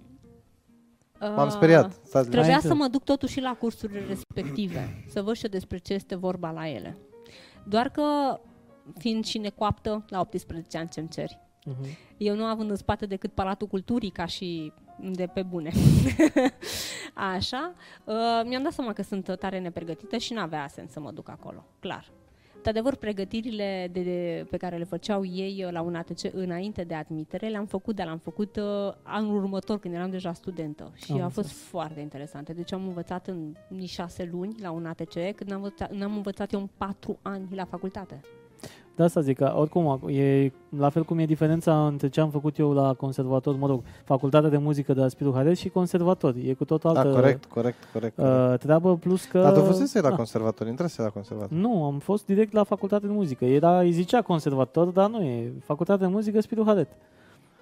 uh, M-am speriat. Stați liniștiți. Trebuia Înainte. să mă duc totuși și la cursurile respective, să văd și eu despre ce este vorba la ele. Doar că, fiind și necoaptă, la 18 ani ce-mi ceri. Mhm. Eu nu având în spate decât Palatul Culturii ca și de pe bune. Așa, uh, mi-am dat seama că sunt tare nepregătită și n-avea sens să mă duc acolo, clar. De adevăr, pregătirile de, de, pe care le făceau ei uh, la un ATC înainte de admitere le-am făcut, dar le-am făcut uh, anul următor când eram deja studentă și Am au fost foarte interesante. Deci am învățat în nici șase luni la un ATC când am învățat, am învățat eu în patru ani la facultate. De asta zic că, oricum, e la fel cum e diferența între ce am făcut eu la conservator, mă rog, facultatea de muzică de la Spiru Hareș și conservator. E cu tot altă Da, corect, corect, corect. corect. uh, treabă, plus că... Dar tu fusese la Da. conservator, intrase la conservator. Nu, am fost direct la facultate de muzică. Era, îi zicea conservator, dar nu e. Facultate de muzică, Spiru Haret.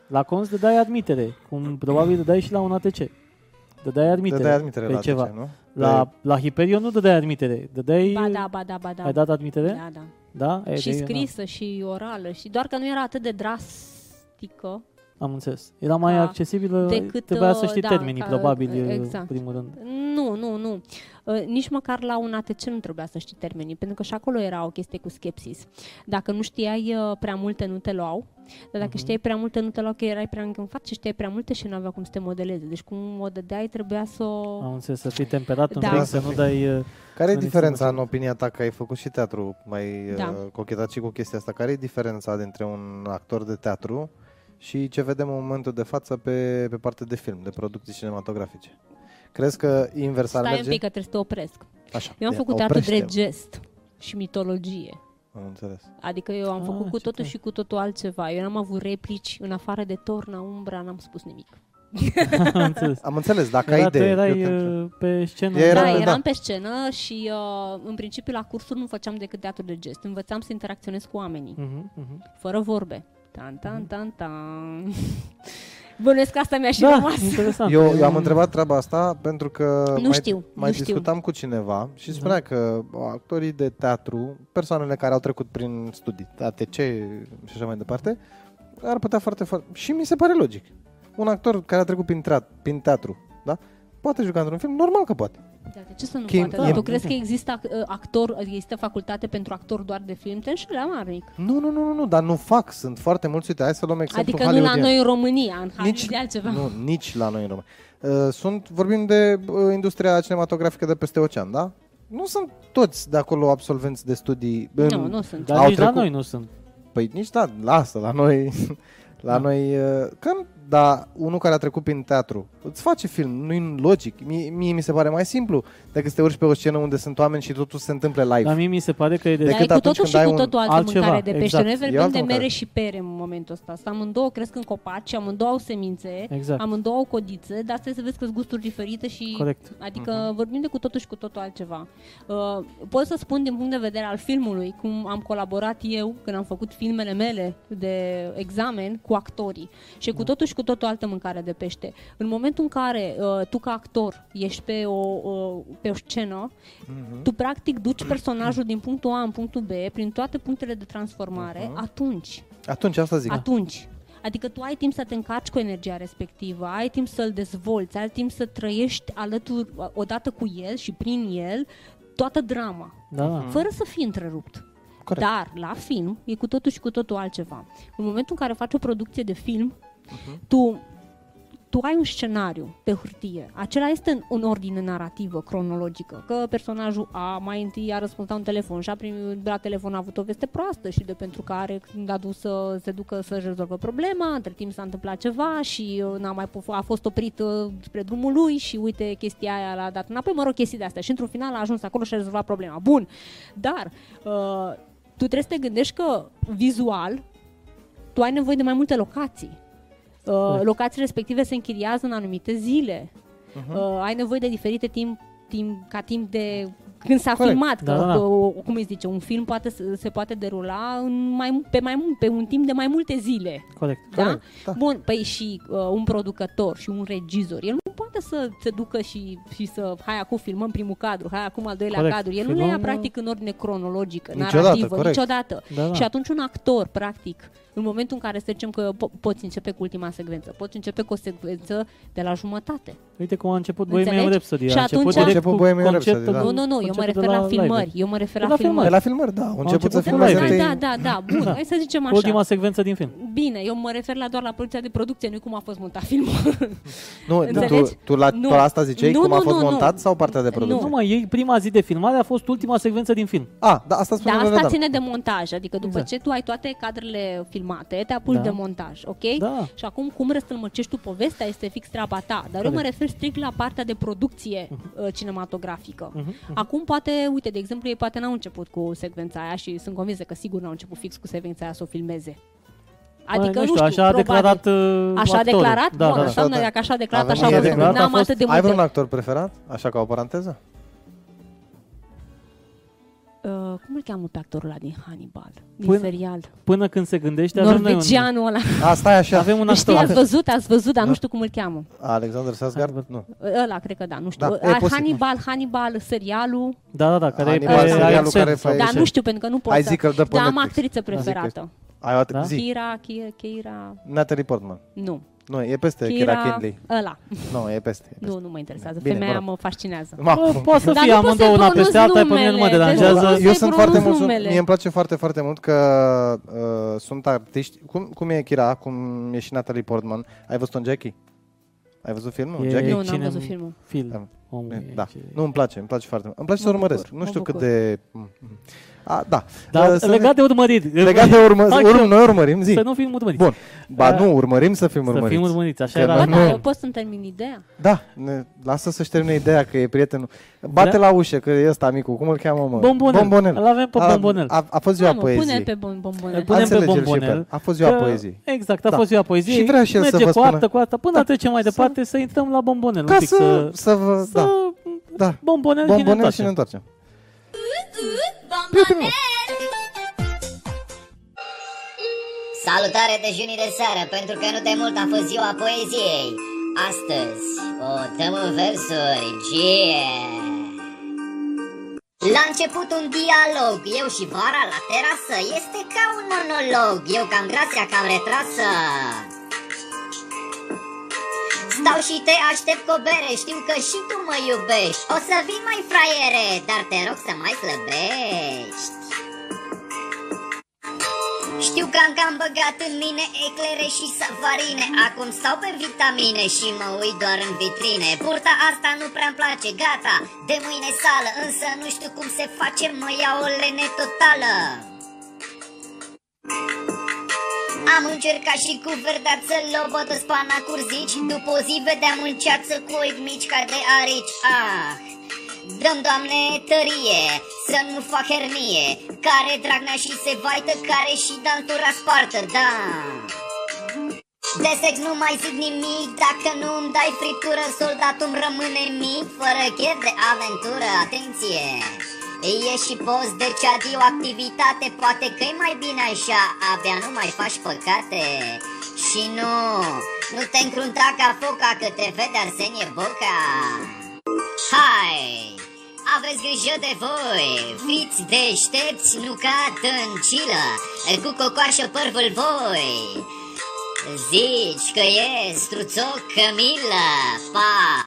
La cons de dai admitere, cum probabil de dai și la un ATC. De dai admitere, Dădeai admitere pe la ceva. ceva. nu? La, la Hiperion nu de dai admitere, de dai... Ba da, ba da, ba da. Ai dat admitere? Da, da. Da? E, și de- scrisă și orală și doar că nu era atât de drastică. Da, am înțeles. Era mai Ca- accesibilă, decât, trebuia să uh, știi da, termenii, ca- probabil, e, exact. în primul rând. Nu, nu, nu. Uh, Nici măcar la un ATC nu trebuia să știi termenii, pentru că și acolo era o chestie cu skepsis. Dacă nu știai uh, prea multe, nu te luau. Dar Mhm. dacă știai prea multe, nu te luau, că erai prea încânfat și știai prea multe și nu aveau cum să te modeleze. Deci cum o dădeai, trebuia să o... Am înțeles, să fii temperat un Da. pic, să nu dai... uh, Care e În diferența în extrem. opinia ta că ai făcut și teatru, mai Da. da. cochetat și cu chestia asta? Care e diferența dintre un actor de teatru și ce vedem în momentul de față pe, pe partea de film, de producții cinematografice? Crezi că invers ar Stai un merge? pic că trebuie să te opresc. Așa. Eu am ia, făcut teatru oprește-mă. de gest și mitologie. Am înțeles. Adică eu am Ah, făcut cu ce totul tare. și cu totul altceva. Eu n-am avut replici în afară de torna, umbra, n-am spus nimic. Am înțeles. Am înțeles, dacă ai Era, tu idee. erai eu te întreb. uh, pe scenă. Era- da, da. eram pe scenă și uh, în principiu la cursuri nu făceam decât teatru de gest. Învățam să interacționez cu oamenii, Mm. Mhm, mhm. fără vorbe. Tan, tan, tan, tan. Bănuiesc că asta mi-a și da, rămas. interesant. Eu, eu am Mm. întrebat treaba asta pentru că Nu mai, știu, mai nu știu. discutam cu cineva și spunea că actorii de teatru, persoanele care au trecut prin studii, ATC și așa mai departe, ar putea foarte, foarte... Și mi se pare logic. Un actor care a trecut prin, tra- prin teatru, da? Poate juca într-un film? Normal că poate. Da, de ce să nu Kim- poată? da, tu crezi ok. că există ac- actor, există facultate pentru actor doar de film? Te înșelea, Marnic. Nu, nu, nu, nu, nu, dar nu fac. Sunt foarte mulți. Uite, hai să luăm exemplu Adică nu la hollywoodian. noi în România, în Nici... de altceva. Nu, nici la noi în România. Uh, Sunt, vorbim de uh, industria cinematografică de peste ocean, da? Nu sunt toți de acolo absolvenți de studii. în- Nu, nu sunt. Dar Au nici la trecut. noi nu sunt. Păi nici da, lasă, la noi... La Da. noi, uh, că dar unul care a trecut prin teatru îți face film, nu-i logic. Mie, mie mi se pare mai simplu decât să te urci pe o scenă unde sunt oameni și totul se întâmple live. La mie mi se pare că e de... Decât Dar e cu atunci totul când și ai cu un totul altă altceva, mâncare de pește. exact. Noi E vorbim altă de mere mâncare. și pere în momentul ăsta. Sunt amândouă cresc în copaci, amândouă au semințe, Exact. amândouă au codițe, dar trebuie să vezi că sunt gusturi diferite și... Corect. Adică vorbim de cu totul și cu totul altceva. Uh, pot să spun din punct de vedere al filmului cum am colaborat eu când am făcut filmele mele de examen cu actorii și cu totul și cu totul altă mâncare de pește. În momentul în care uh, tu ca actor ești pe o, uh, pe o scenă, tu practic duci personajul din punctul A în punctul B prin toate punctele de transformare, atunci Atunci asta zic. atunci. Adică tu ai timp să te încarci cu energia respectivă, ai timp să-l dezvolți, ai timp să trăiești alături, odată cu el și prin el, toată drama, Da, da. fără să fii întrerupt. Corect. Dar la film e cu totul și cu totul altceva. În momentul în care faci o producție de film, tu, tu ai un scenariu pe hârtie. Acela este în, în ordine narrativă, cronologică. Că personajul A mai întâi a răspuns la un telefon și a primit de la telefon a avut o veste proastă și de pentru care a dus să se ducă să-și rezolvă problema, între timp s-a întâmplat ceva și uh, n-a mai puf- a fost oprit uh, spre drumul lui și uite chestia aia l-a dat înapoi, mă rog, chestii de astea. Și într-un final a ajuns acolo și a rezolvat problema. Bun, dar uh, tu trebuie să te gândești că vizual tu ai nevoie de mai multe locații. Uh, Corect. locații respective se închiriază în anumite zile. Uh-huh. Uh, ai nevoie de diferite timp, timp ca timp de când s-a Corect. filmat, Da, că, da, da. că, o- cum îi zice, un film poate să- se poate derula în mai, pe mai mult, pe un timp de mai multe zile. Corect. Da? Corect, da. da? Bun, păi și uh, un producător și un regizor, el nu poate să se ducă și, și să, hai acum filmăm primul cadru, hai acum al doilea Corect. cadru, el nu Filmăm, le ia uh, practic în ordine cronologică, Niciodată, narrativă, corect. niciodată. Da, da. Și atunci un actor, practic, în momentul în care să zicem că po- poți începe cu ultima secvență, poți începe cu o secvență de la jumătate. Uite cum a început Înțelegi? Bohemian Rhapsody. Și a început, atunci- direct A început cu Bohemian Rhapsody, conceptul- da. Nu, nu, nu, eu conceptul mă refer de la, filmări, library. eu mă De refer la, la filmări. De la filmări, da. Au început să început Da, filmeze. filmări. te-ai- da, da, da, bun, hai să zicem așa. Ultima secvență din film. Bine, eu mă refer la doar la producția de producție, nu cum a fost montat filmul. Nu, Înțelegi? tu, tu, la, Nu. tu la asta ziceai Nu, cum a nu, fost nu, nu. montat sau partea de producție? Nu, mai ei prima zi de filmare a fost ultima secvență din film. A, da, asta Dar spuneam asta Vedan. ține de montaj, adică după Exact. ce tu ai toate cadrele filmate, te apuci Da. de montaj, ok? Da. Și acum cum răstălmăcești tu povestea este fix treaba ta, dar eu mă Corect. Mhm. refer strict la partea de producție uh, cinematografică. Acum poate, uite, de exemplu, ei poate n-au început cu secvența aia și sunt convinsă că sigur n-au început fix cu secvența aia să o filmeze. Adică, Bă, nu știu, Păi, așa a probabil. declarat uh, Așa a actorul. declarat? Da, Bun, da, da. așa înseamnă da. dacă așa a declarat, Avem așa a idee. vorbit. Declarat a N-am fost- atât de Ai vreun multe. actor preferat? Așa ca o paranteză? Uh, cum îl cheamă pe actorul ăla din Hannibal? Din Până- serial? Până când se gândește, Păi, avem noi un... Norvegianul ăla. Asta Da. e așa. Avem un Știi, actor. ați văzut, ați văzut, dar nu știu cum îl cheamă. Alexander Sasgard? Nu. Ăla, cred că da, nu știu. Da, e Da, posibil. Hannibal, Hannibal, serialul. Da, da, da, care e pe Hannibal, serialul Accent sau care face- pe Dar și- nu știu, pentru că nu pot Hai să... zic că îl dă pe Dar am Netflix. actriță Hai zic că- preferată. Ai o altă Da? zi. Kira, Kira, Kira... Natalie Portman. Nu. Nu, e peste Kira Kira... Kindley. Ăla. Nu, e peste. e peste. Nu, nu mă interesează. Bine, mă Femeia rog. Da, mă fascinează. M-a- Bă, Poate să Dar fie nu poți amândouă să una peste alta, pe mine pronunți nu mă numele, deranjează. eu deci- să-i sunt pronunț foarte mulțumit. numele. Mie îmi place foarte, foarte mult că uh, sunt artiști. Cum, cum e Kira, cum e și Natalie Portman. Ai văzut un Jackie? Ai văzut filmul? E- Jackie? Nu, n-am cine- văzut filmul. Film. Da. Omul e- Da. ce- Nu, îmi place, îmi place foarte mult. Îmi place să Mă urmăresc. bucur, Nu mă știu cât bucur. de... mm, A, da. Da, Uh, să ne- legat de urmărit. legat de urmă... Hai urm- că- Noi urmărim, zi. Să nu fim urmăriți. Bun. Ba Uh, nu, urmărim să fim urmăriți. Să fim urmăriți, așa Că era. Bă, nu- dar eu pot să-mi termin ideea? Da, ne, lasă să-și termine ideea că e prietenul. Bate la ușă, că e ăsta amicul. Cum îl cheamă, mă? Da. Bombonel. Bombonel. Îl avem pe A- Bombonel. A, a fost ziua Hai, mă, poeziei. pune pe bun, bombonele. Îl punem pe Înțelege-l și pe bombonel. el. A fost ziua că- poeziei. Exact, a Da. fost ziua poeziei. Și vrea și el să Merge vă cu spună. artă, cu artă, până Da. da. trecem mai departe, să, intrăm la bombonel. Ca un pic, să, să vă... să Da, da. bombonel, și ne Bombonel și întoarcem. ne întoarcem. Salutare de junii de seară, pentru că nu de mult a fost ziua poeziei. Astăzi o dăm în versuri. Yeah! La început un dialog, eu și vara la terasă, este ca un monolog, eu cam grația, cam retrasă. Stau și te aștept cu o bere, știu că și tu mă iubești, o să vii mai fraiere, dar te rog să mai slăbești. Știu că am cam băgat în mine eclere și safarine Acum stau pe vitamine și mă uit doar în vitrine Purta asta nu prea-mi place, gata, de mâine sală Însă nu știu cum se face, mă ia o lene totală Am încercat și cu verdeață lobătă spana curzici După o zi vedeam în ceață coivi mici ca de arici Ah, Dăm, Doamne, tărie, să nu fac hernie Care dragnea și se vaită, care și dantura spartă, da de sex nu mai zic nimic Dacă nu îmi dai friptură Soldatul îmi rămâne mic Fără chef de aventură Atenție! E și post, deci adio activitate Poate că-i mai bine așa Abia nu mai faci păcate Și nu, nu te încrunta ca foca Că te vede Arsenie Boca Hai! Aveți grijă de voi, fiți deștepți, nu ca tâncilă, cu cocoașă părvul voi. Zici că e struțoc Camila, pa!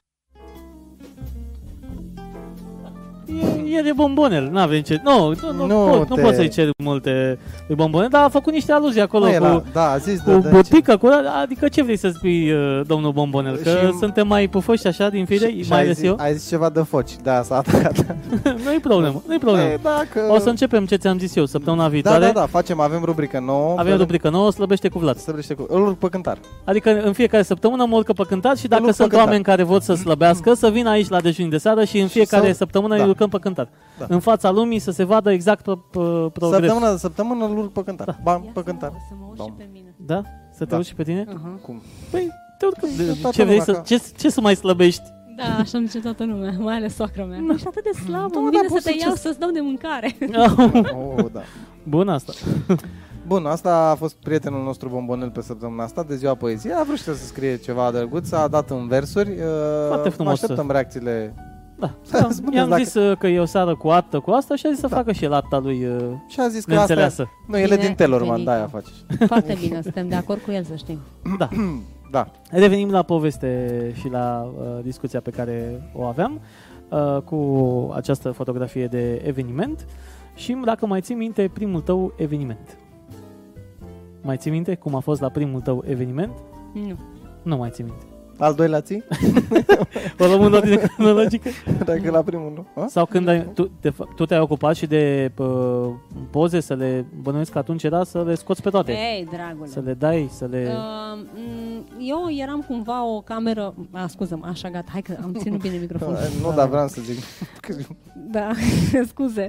E, e de bombonel, nu avem ce... Nu, nu, nu, Nu nu, pot, nu te- pot să-i cer multe de bombonel, dar a făcut niște aluzii acolo Nu era, cu... da, a zis Cu de, de ce- botică, cu, adică ce vrei să spui, uh, domnul Bombonel? Că Și- suntem mai pufoși așa din fire, și- și mai ai ales zis, eu? Ai zis ceva de foci, da, s-a atacat. nu-i problemă, nu-i problemă. Păi, dacă... O să începem ce ți-am zis eu săptămâna da, viitoare. da, da, facem, avem rubrică nouă. Avem rubrică nouă, slăbește cu Vlad. Stăblește cu... Îl urc pe cântar. Adică în fiecare săptămână mă urcă pe cântat și dacă urc pe sunt cântat. oameni care vor să slăbească, să vină aici la dejun de seară și în fiecare să- săptămână da. îi urcăm pe cântat. Da. În fața lumii să se vadă exact pro- pro- progresul. Săptămână de săptămână îl urc pe cântar. Da. Bam, pe cântar. Să mă urci și Domn. pe mine. Da? Să te Da. urci și pe tine? Aha. Cum? Păi, te urcăm. Păi, toată Ce vrei lumea să... ca- Ce, ce să mai slăbești? Da, așa îmi zice toată lumea, mai ales soacra mea. Nu Ești atât de slabă, Da, îmi da, vine poți să te să iau ce- să-ți dau de mâncare. Oh, da. Bun asta. Bun, asta a fost prietenul nostru bombonel pe săptămâna asta de ziua poezie. A vrut și el să scrie ceva drăguț, a dat în versuri. Uh, Foarte frumos. Așteptăm reacțiile. Da. Să da. spuneți I-am dacă- Da. zis uh, că e o seară cu aptă cu asta și a zis să facă și el apta lui... uh, Și a zis că Neînțeleasă. asta... Nu, ele Bine din Telorman, venit. da, aia face. Foarte bine, suntem de acord cu el, să știm. Da. Da. Revenim la poveste și la uh, discuția pe care o aveam uh, cu această fotografie de eveniment și dacă mai ții minte primul tău eveniment. Mai ții minte cum a fost la primul tău eveniment? Nu. Nu mai ții minte. Al doilea ții? O luăm în ordine cronologică? Dacă la primul nu. A? Sau când ai, tu, de, fapt, tu te-ai ocupat și de uh, poze să le bănuiesc că atunci era să le scoți pe toate. Ei, dragule. Să le dai, să le... Uh, m, eu eram cumva o cameră... A, scuză așa, gata, hai că am ținut bine microfonul. Da, Nu, dar vreau să zic. Da, scuze.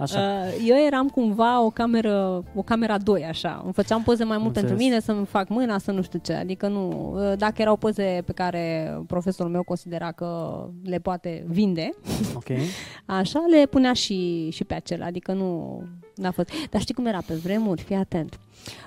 Așa. Uh, Eu eram cumva o cameră, o camera 2, așa. Îmi făceam poze mai mult Înțeles. pentru mine, să-mi fac mâna, să nu știu ce. Adică nu... uh, Dacă erau poze pe care profesorul meu considera că le poate vinde, Ok. Așa le punea și, și pe acela, adică nu n-a fost. Dar știi cum era pe vremuri? Fii atent.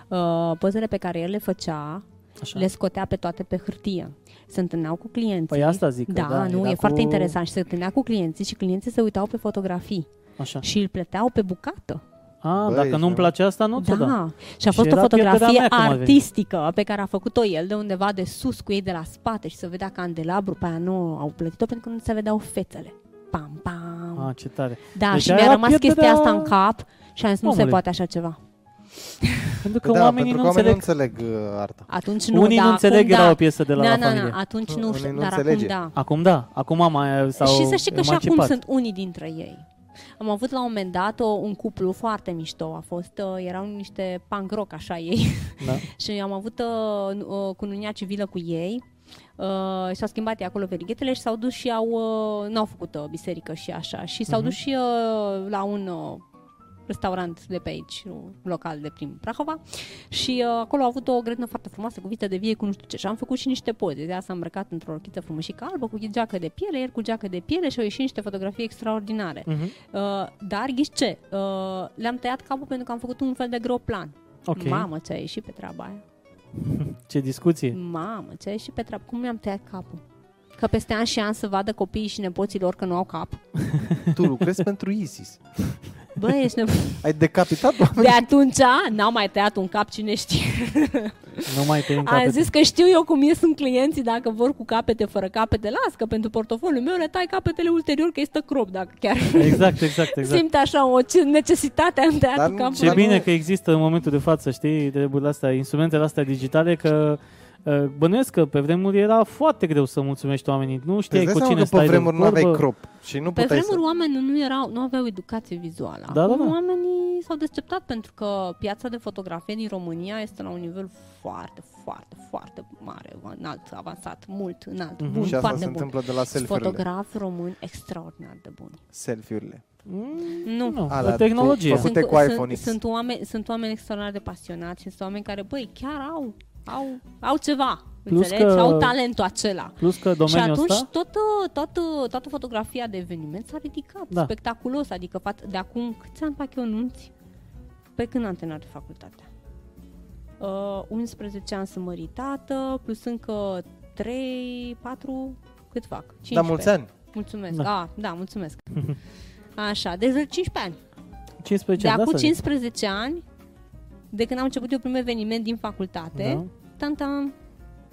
Uh, pozele pe care el le făcea, Așa. Așa. le scotea pe toate pe hârtie. Se întâlneau cu clienții. Păi asta zic că Da, da, nu, era e cu- foarte interesant. Și se întâlnea cu clienții și clienții se uitau pe fotografii Așa. și îl plăteau pe bucată. A, Băi, dacă nu-mi da. place asta, nu ți-o da. dau. Și a Și fost o era fotografie pierderea mea cum ar veni. artistică pe care a făcut-o el de undeva de sus cu ei de la spate și se vedea candelabru, pe aia nu au plătit-o pentru că nu se vedeau fețele. Pam, pam. A, ce tare. Da, Deci deci și aia mi-a era rămas pierderea- chestia asta în cap și am zis, nu se Omule. poate așa ceva. Pentru că Da, oamenii pentru nu că oamenii nu înțeleg. înțeleg uh, arta. Atunci nu, Unii da, nu înțeleg, acum, era da. o piesă de la La na, na, Familia. na, atunci Nu, nu, știu, unii nu dar acum înțelege. da. Acum da, acum mai s-au și să știi că și emancipat. acum sunt unii dintre ei. Am avut la un moment dat o, un cuplu foarte mișto, a fost, uh, erau niște punk rock așa ei Da. și am avut uh, n- uh, cununia civilă cu ei uh, și-au schimbat ei acolo verighetele și s-au dus și au, uh, n-au făcut uh, biserică și așa și s-au Mhm. dus și uh, la un uh, restaurant de pe aici, un local de prin Prahova și uh, acolo au avut o grădină foarte frumoasă cu vită de vie cu nu știu ce și am făcut și niște poze, de asta am îmbrăcat într-o rochiță frumoșică albă cu geacă de piele, el cu geacă de piele și au ieșit niște fotografii extraordinare. Mhm. Uh, dar ghiși ce? Uh, le-am tăiat capul pentru că am făcut un fel de groplan. Ok, Mamă, ce a ieșit pe treaba aia. ce discuție. Mamă, ce a ieșit pe treabă. Cum mi-am tăiat capul? Că peste ani și ani să vadă copiii și nepoții lor că nu au cap. Tu lucrezi pentru ISIS. Bă, ești ne- Ai decapitat oameni. De atunci n-am mai tăiat un cap, cine știe. Nu mai te Am încapete. zis că știu eu cum ies sunt clienții dacă vor cu capete fără capete. Las că pentru portofoliul meu le tai capetele ulterior că este crop dacă chiar Exact, exact, exact. simt așa o ce- necesitate am tăiat Dar nu- capul. Ce Dar bine nu- că există în momentul de față, știi, treburile astea, instrumentele astea digitale, că Uh, Bănuiesc că pe vremuri era foarte greu să mulțumești oamenii. Nu Îți știai dai cu seama cine că pe stai vremuri de nu aveai vorbă. crop și nu Pe puteai vremuri să... oamenii nu, erau, nu aveau educație vizuală. Da, Acum da, da. oamenii s-au deșteptat pentru că piața de fotografie din România este la un nivel foarte, foarte, foarte mare, înalt, avansat, mult, înalt, Mhm. bun, și asta foarte se bun. întâmplă de la selfie-urile. Fotografi români extraordinar de buni. Selfie-urile. Da, Mm, Nu. Nu, Alea o tehnologie. făcut- Făcute cu iPhone sunt, X. sunt, oameni, sunt oameni extraordinar de pasionați, sunt oameni care, băi, chiar au, au, au ceva, Plus înțelegi? că- Au talentul acela. Plus că Și domeniul atunci ăsta... toată, toată, toată fotografia de eveniment s-a ridicat, Da. da. spectaculos, adică fa- de acum câți ani fac eu nunți? Pe când am terminat facultatea? Uh, 11 ani sunt măritată, plus încă 3, 4, cât fac? 15. Dar Da, mulți ani. Mulțumesc, Da. da, ah, da mulțumesc. Așa, deci 15 ani. 15 De ani, acum asta zic. 15 ani, de când am început eu primul eveniment din Da. facultate, tantam,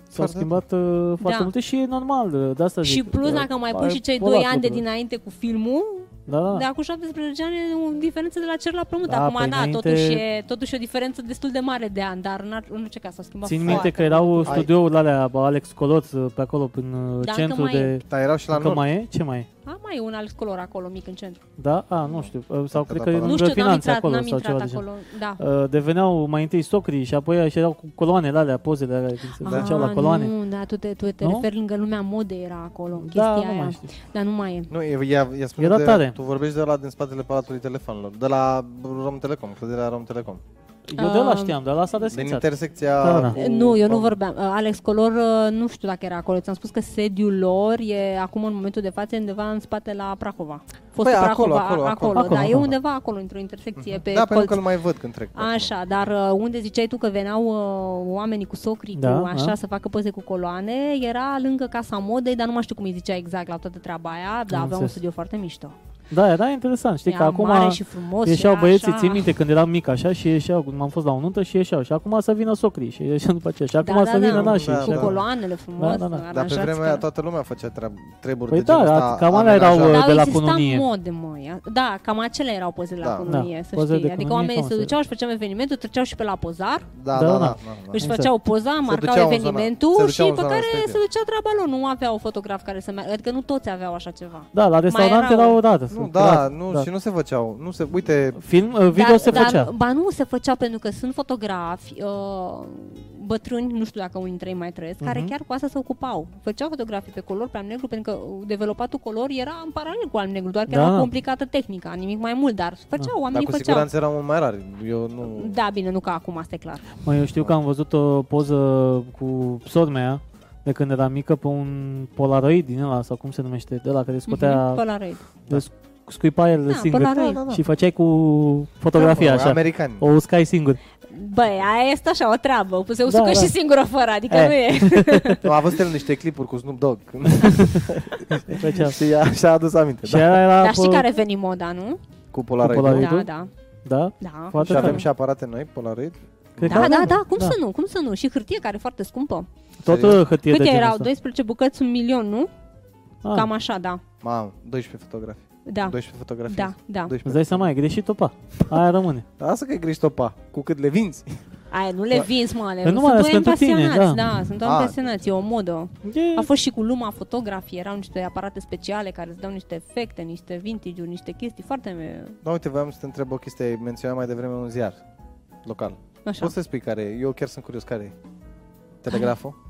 S-au Foarte schimbat uh, foarte Da. multe și e normal, uh, de asta și zic. plus Uh, dacă mai a pui și cei evoluat 2 ani de lucrurile. dinainte cu filmul, Da, da. de acum 17 ani e o diferență de la cer la prământ. Da, Acum, păi da, înainte- totuși, e, totuși e o diferență destul de mare de ani, dar în, ar- în orice caz s-a schimbat Țin foarte minte că erau uh, Ai- studioul alea Alex Colot uh, pe acolo prin uh, Dacă centru mai de... e. Dar erau și la Încă noi. mai e? Ce mai e? mult. A, mai e un alt color acolo, mic în centru. Da? A, nu știu. Uh, Sau Da, cred da, că da, e lângă da. nu știu, n-am finanțe intrat, acolo n-am sau ceva intrat de genul. acolo. Da. Uh, Deveneau mai întâi socrii și apoi așa erau cu coloanele alea, pozele alea, când se Ah, făceau la coloane. Nu, da, tu te, tu te Nu? referi lângă lumea modei era acolo, chestia Da, nu aia. mai știu. Dar nu mai e. Nu, e, ea, ea spune Era de, tare. Tu vorbești de la din spatele palatului telefonilor, de la Romtelecom, clădirea Romtelecom. Eu de la Ah. știam, dar la asta de Din sfințat. intersecția... Da, da. Cu... Nu, eu nu vorbeam. Uh, Alex Color, uh, nu știu dacă era acolo. Ți-am spus că sediul lor e acum în momentul de față undeva în spate la Prahova. Fostul Păi, acolo, Prahova, acolo, acolo. acolo, da, Acolo, e acolo. undeva acolo, într-o intersecție pe da, pentru colț. că îl mai văd când trec. pe acolo. Așa, dar uh, unde ziceai tu că veneau uh, oamenii cu socrii, Da, da, cu așa, da. să facă poze cu coloane, era lângă Casa Modei, dar nu mai știu cum îi zicea exact la toată treaba aia, dar avea un înțeles. studio foarte mișto. Da, era interesant. Știi Era că acum mare și frumos, ieșeau era băieții, așa. țin minte când eram mic așa și ieșeau, m-am fost la o nuntă și ieșeau. Și acum să vină socrii și ieșeau după aceea. Și acum da, să da, vină da, nașii. da, și cu da. acum- coloanele frumos, Da, da, da. Dar pe aranjați vremea aia că- toată lumea făcea treab- treburi Păi de da, genul da, ăsta. cam alea erau, amenajate. uh, Dar de la exista cununie. mode, mă. ia- Da, cam acele erau pozele Da. la cununie, Da, să pozele de știi. Adică cununie, oamenii cam se asta duceau, își făceau evenimentul, treceau și pe la pozar, Da, Da, da, da. da. da, da. își Exact. făceau poza, marcau duceau în zona- se evenimentul și duceau în pe zona care respectivă. se ducea treaba lor. Nu aveau fotograf care să meargă, adică nu toți aveau așa ceva. Da, la restaurant erau- era o dată. Nu, sunt da, curat, nu, și nu se făceau. Nu se, uite, Film, uh, video se făcea. Ba nu, se făcea pentru că sunt fotografi uh, bătrâni, nu știu dacă unii dintre ei mai trăiesc, care Mhm. chiar cu asta se ocupau. Făceau fotografii pe color, pe alb negru, pentru că uh, developatul color era în paralel cu alb negru, doar că Da, da. era complicată tehnica, nimic mai mult, dar făceau, dar oamenii Da, cu făceau. siguranță erau mult mai rari. Eu nu... Da, bine, nu ca acum, asta e clar. Mă, eu știu că am văzut o poză cu sora mea de când era mică pe un polaroid din ăla, sau cum se numește, de la care scotea, Mhm, Polaroid. de sc- scuipa el Da, singur Polaroid. Da, da, da. și făceai cu fotografia Da, așa. Americani. O uscai singur. Băi, aia este așa o treabă, Păi se usucă da. Eh, și singură fără, adică E. nu e. A văzut el niște clipuri cu Snoop Dogg. Făcea. și a, și-a adus aminte. Și Da. aia era Dar știi pe- care veni moda, nu? Cu Cu Polaroid. Polaroid. nu? Polaroidul? Da, da, Da? da. Foarte Și avem tare. și aparate noi, Polaroid. Cred că Da, da, avem, da, cum să nu, cum să nu? Și hârtie care e foarte scumpă. Tot Serios. uh, hârtie de Câte genul erau? ăsta. 12 bucăți, un milion, nu? Ah, Cam așa, da. Mamă, 12 fotografii. Da. 12 fotografii. Da, da. 12. Îți dai seama, e greșit opa. Aia rămâne. Dar Asta că e greșit opa. Cu cât le vinzi. Aia, nu Da. le vinzi, mă, ale. Păi nu, Sunt mai ales oameni pentru tine, pasionați, da. da. sunt A. oameni pasionați, e o modă. E... A fost și cu luma fotografie, erau niște aparate speciale care îți dau niște efecte, niște vintage-uri, niște chestii foarte... Da, uite, voiam să te întreb o chestie. Ai menționat mai devreme un ziar local. Așa. Poți să spui care e? Eu chiar sunt curios care e. Telegraful?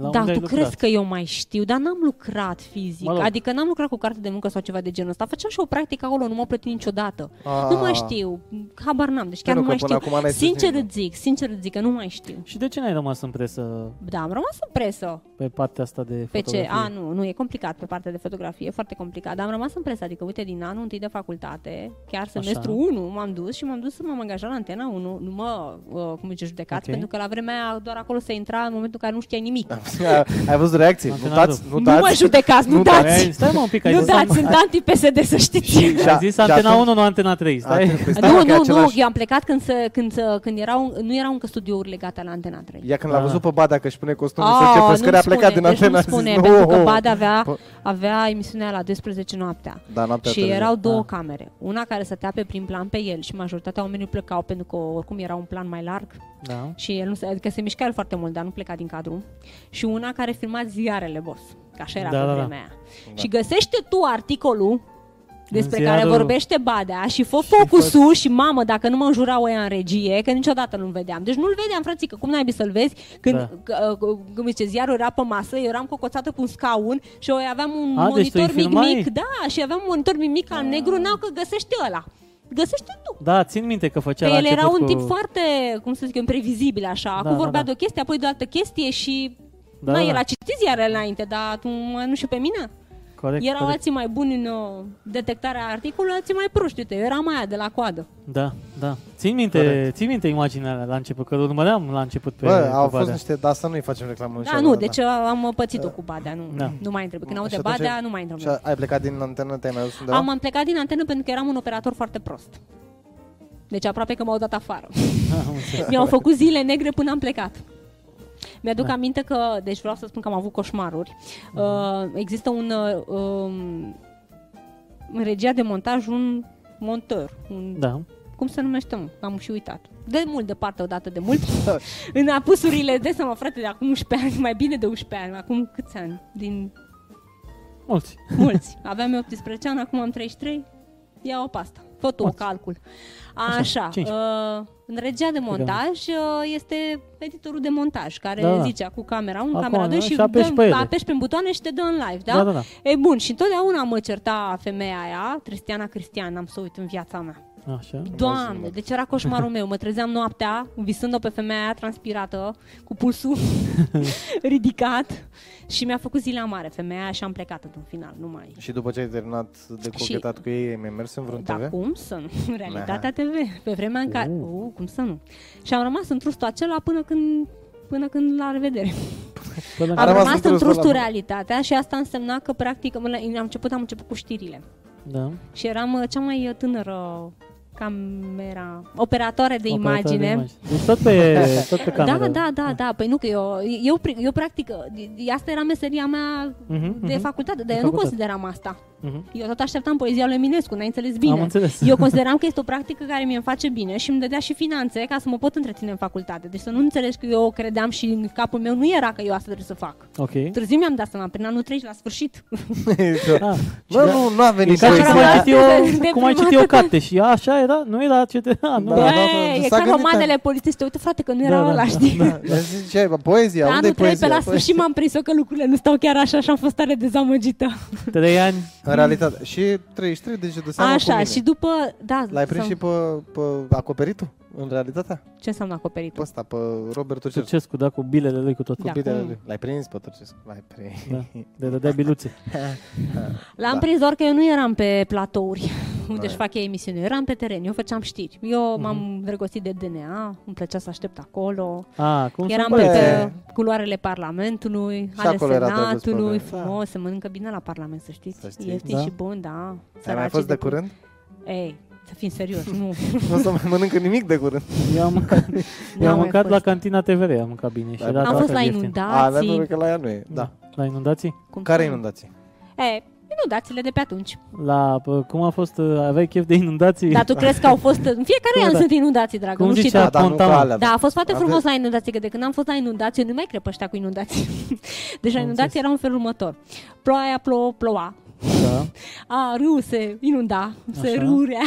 La Da, unde tu ai crezi lucrat? că eu mai știu, dar n-am lucrat fizic. Mă rog. Adică n-am lucrat cu carte de muncă sau ceva de genul ăsta. Făceam și o practică acolo, nu m-au plătit niciodată. Ah. Nu mai știu, habar n-am, deci chiar Mă rog, nu mai că până știu. acum n-ai spus Sincer nimic. îți zic, sincer îți zic că nu mai știu. Și de ce n-ai rămas în presă Da, am rămas în presă. pe partea asta de Pe fotografie? ce? A, nu, nu, e complicat pe partea de fotografie, e foarte complicat, dar am rămas în presă, adică uite, din anul întâi de facultate, chiar semestru 1 m-am dus și m-am dus să m-am angajat la Antena 1, nu mă, uh, cum zice, judecați, Ok. Da. okay. pentru că la vremea aia doar acolo se intra în momentul în care nu știai nimic. Ai văzut reacții? M-am Nu tenat dați, rău. nu Nu dați. mă judecați, nu Nu Ei, dați. dați! Stai mă un pic, ai Nu zis, dați, sunt anti-PSD, să știți! ai zis Și- și antena atunci- 1, nu antena 3. Stai. Atent, păi stai, Nu, mă, că e nu, nu, același- eu am plecat când, se, când, se, când erau, nu erau încă studiouri legate la Antena 3. Ea când l-a Ah. văzut pe Badea că își pune costumul Ah, să începe nu-mi scări, a plecat din spune, deci antena. nu a zis, spune, "Nu, pentru că oh, Bad avea, Po- avea emisiunea la 12 noaptea. Da, noaptea Da. și târziu. erau două Ah. camere. Una care stătea pe prim plan pe el și majoritatea oamenilor plecau pentru că oricum era un plan mai larg Da. și el nu se, adică se mișca el foarte mult, dar nu pleca din cadru. Și una care filma ziarele, boss. Că așa era Da, da, pe da, da. vremea aia. Și găsește tu articolul despre care ziarul. vorbește Badea și fă focusul și mamă, dacă nu mă înjurau ăia în regie, că niciodată nu-l vedeam. Deci nu-l vedeam, frățică, cum n-ai să-l vezi? Când, Da. da. cum zice, ziarul era pe masă, eu eram cocoțată pe un scaun și eu aveam un A, deci tu îi monitor mic, filmai? mic, da, și aveam un monitor mic, mic al negru, n-au că găsește ăla. Găsește tu. Da, țin minte că făcea Că la Păi el era început un cu... tip foarte, cum să zic, eu, imprevizibil așa. Acum da, vorbea da. de o chestie, apoi de o altă chestie și... Da, Da, na, da, el da. a citit ziarele înainte, dar tu mă, nu și pe mine? Corect, Erau corect. alții mai buni în uh, detectarea articolului, alții mai proști. Uite, eu eram aia de la coadă. Da, da. Țin minte, Corect. țin minte imaginea alea la început, că îl urmăream la început pe, Bă, au pe fost Badea. niște, dar să nu-i facem reclamă. în Da, șoară, nu, deci eu am pățit-o cu Badea, nu, Da. nu mai întreb. Când aud de Și atunci- Badea, nu mai întreb. Și ai plecat din antenă, te-ai mai dus Da? undeva? Am am plecat din antenă pentru că eram un operator foarte prost. Deci aproape că m-au dat afară. Ah, Am înțeles. Mi-au făcut zile negre până am plecat. Mi-aduc Da. aminte că, deci vreau să spun că am avut coșmaruri. Mhm. Uh, există un uh, um, în regia de montaj un montor, un Da. cum se numește, mă? Am și uitat. De mult departe, odată de mult. în apusurile de seama, frate, de acum 11 ani, mai bine de 11 ani, acum câți ani? Din Mulți. mulți. Aveam eu 18 ani, acum am 33. Ia o pasta. Fă tu o Mulți. calcul. Așa. cinci. Uh, în regia de montaj uh, este editorul de montaj care Da, da. zice cu camera 1, Acum, camera 2 da, și și apeși dă- pe ele. apeși pe butoane și te dă în live, da? Da, da, da. E bun, și întotdeauna mă certa femeia aia, Cristiana Cristian, am să uit în viața mea. Așa. Doamne, deci era coșmarul meu. Mă trezeam noaptea, visând-o pe femeia aia transpirată, cu pulsul ridicat și mi-a făcut zilea mare femeia aia și am plecat în final, nu mai... Și după ce ai terminat de Și- cochetat cu ei, ai mai mers în vreun Da, TV? cum să nu? Realitatea TV. Pe vremea în care... Uh, cum să nu? Și am rămas în trustul acela până când până când la revedere. Bă, la- Am rămas rămas în în trustul trustul ăla. realitatea și asta însemna că practic am am început, am început cu știrile. Da. Și eram uh, cea mai uh, tânără camera, operatoare de Operator imagine. de imagine. Deci tot pe, tot pe cameră. Da, da, da, da, păi nu că eu, eu, pri- eu practic, e- asta era meseria mea Mhm, de mhm. facultate, De dar eu nu facultate. consideram asta. Mhm. Eu tot așteptam poezia lui Eminescu, n-ai înțeles bine. Am înțeles. Eu consideram că este o practică care mi-e face bine și îmi dădea și finanțe ca să mă pot întreține în facultate. Deci să nu înțelegi că eu credeam și în capul meu nu era că eu asta trebuie să fac. Ok. Târziu mi-am dat seama, prin anul 30 la sfârșit. Da, Ah, Bă, nu, nu a venit E ca și cum ai poezia. citit o, De cum ai prima citit o dată. carte și a, așa era, nu era ce te... A, nu. Da, Bă, da, da, e s-a ca gândit, romanele polițiste, uite frate că nu Da, era da, ăla, da, știi? Da, ziceai, bă, poezia, La unde anul e 3 Da, pe poezia? la sfârșit Păi, m-am prins-o că lucrurile nu stau chiar așa și am fost tare dezamăgită. Trei ani. În realitate. Și 33, deci de seama cu Așa, mine. și după, da, L-ai prins sau- și pe, pe acoperitul, în realitatea? ce înseamnă acoperit? Pe ăsta, pe Robert Turcescu. Turcescu, da, cu bilele lui cu tot. Da. Bine, acum. L-ai prins pe Turcescu, l-ai prins. Da. De dădea biluțe. L-am Da. prins doar că eu nu eram pe platouri unde își fac ei emisiune, eu eram pe teren, eu făceam știri. Eu Mhm. m-am îndrăgostit de DNA, îmi plăcea să aștept acolo, A, cum se eram pare? pe culoarele Parlamentului, ale acolo era drăguț pe Senatului, vremea. frumos, se mănâncă bine la Parlament, să știți. Să știi. Ieftin Da. și bun, da. Ai mai Săracii fost de bun. curând? Ei, să fim serios, nu. Nu o să mai mănâncă nimic de curând. Eu am mâncat, eu N-am am mai mâncat la fost. cantina TVR, am mâncat bine. Și Am era Am la fost fel la ieftin. da, A, dar inundații. nu, că la ea nu e. Da. La inundații? cum Care să nu. inundații? E, inundațiile de pe atunci. La, bă, cum a fost, uh, aveai chef de inundații? Dar tu crezi că au fost... În fiecare Da, an da. sunt inundații, dragă. Cum nu știi zicea Da, dar nu ca Fontana. alea. Da, a fost foarte Avea- frumos la inundații, că de când am fost la inundații, eu nu mai crep ăștia cu inundații. Deci la Am înțeles. inundații era un felul următor. Ploaia plouă, ploua. Da. A, râul se inunda, se Așa. râurea.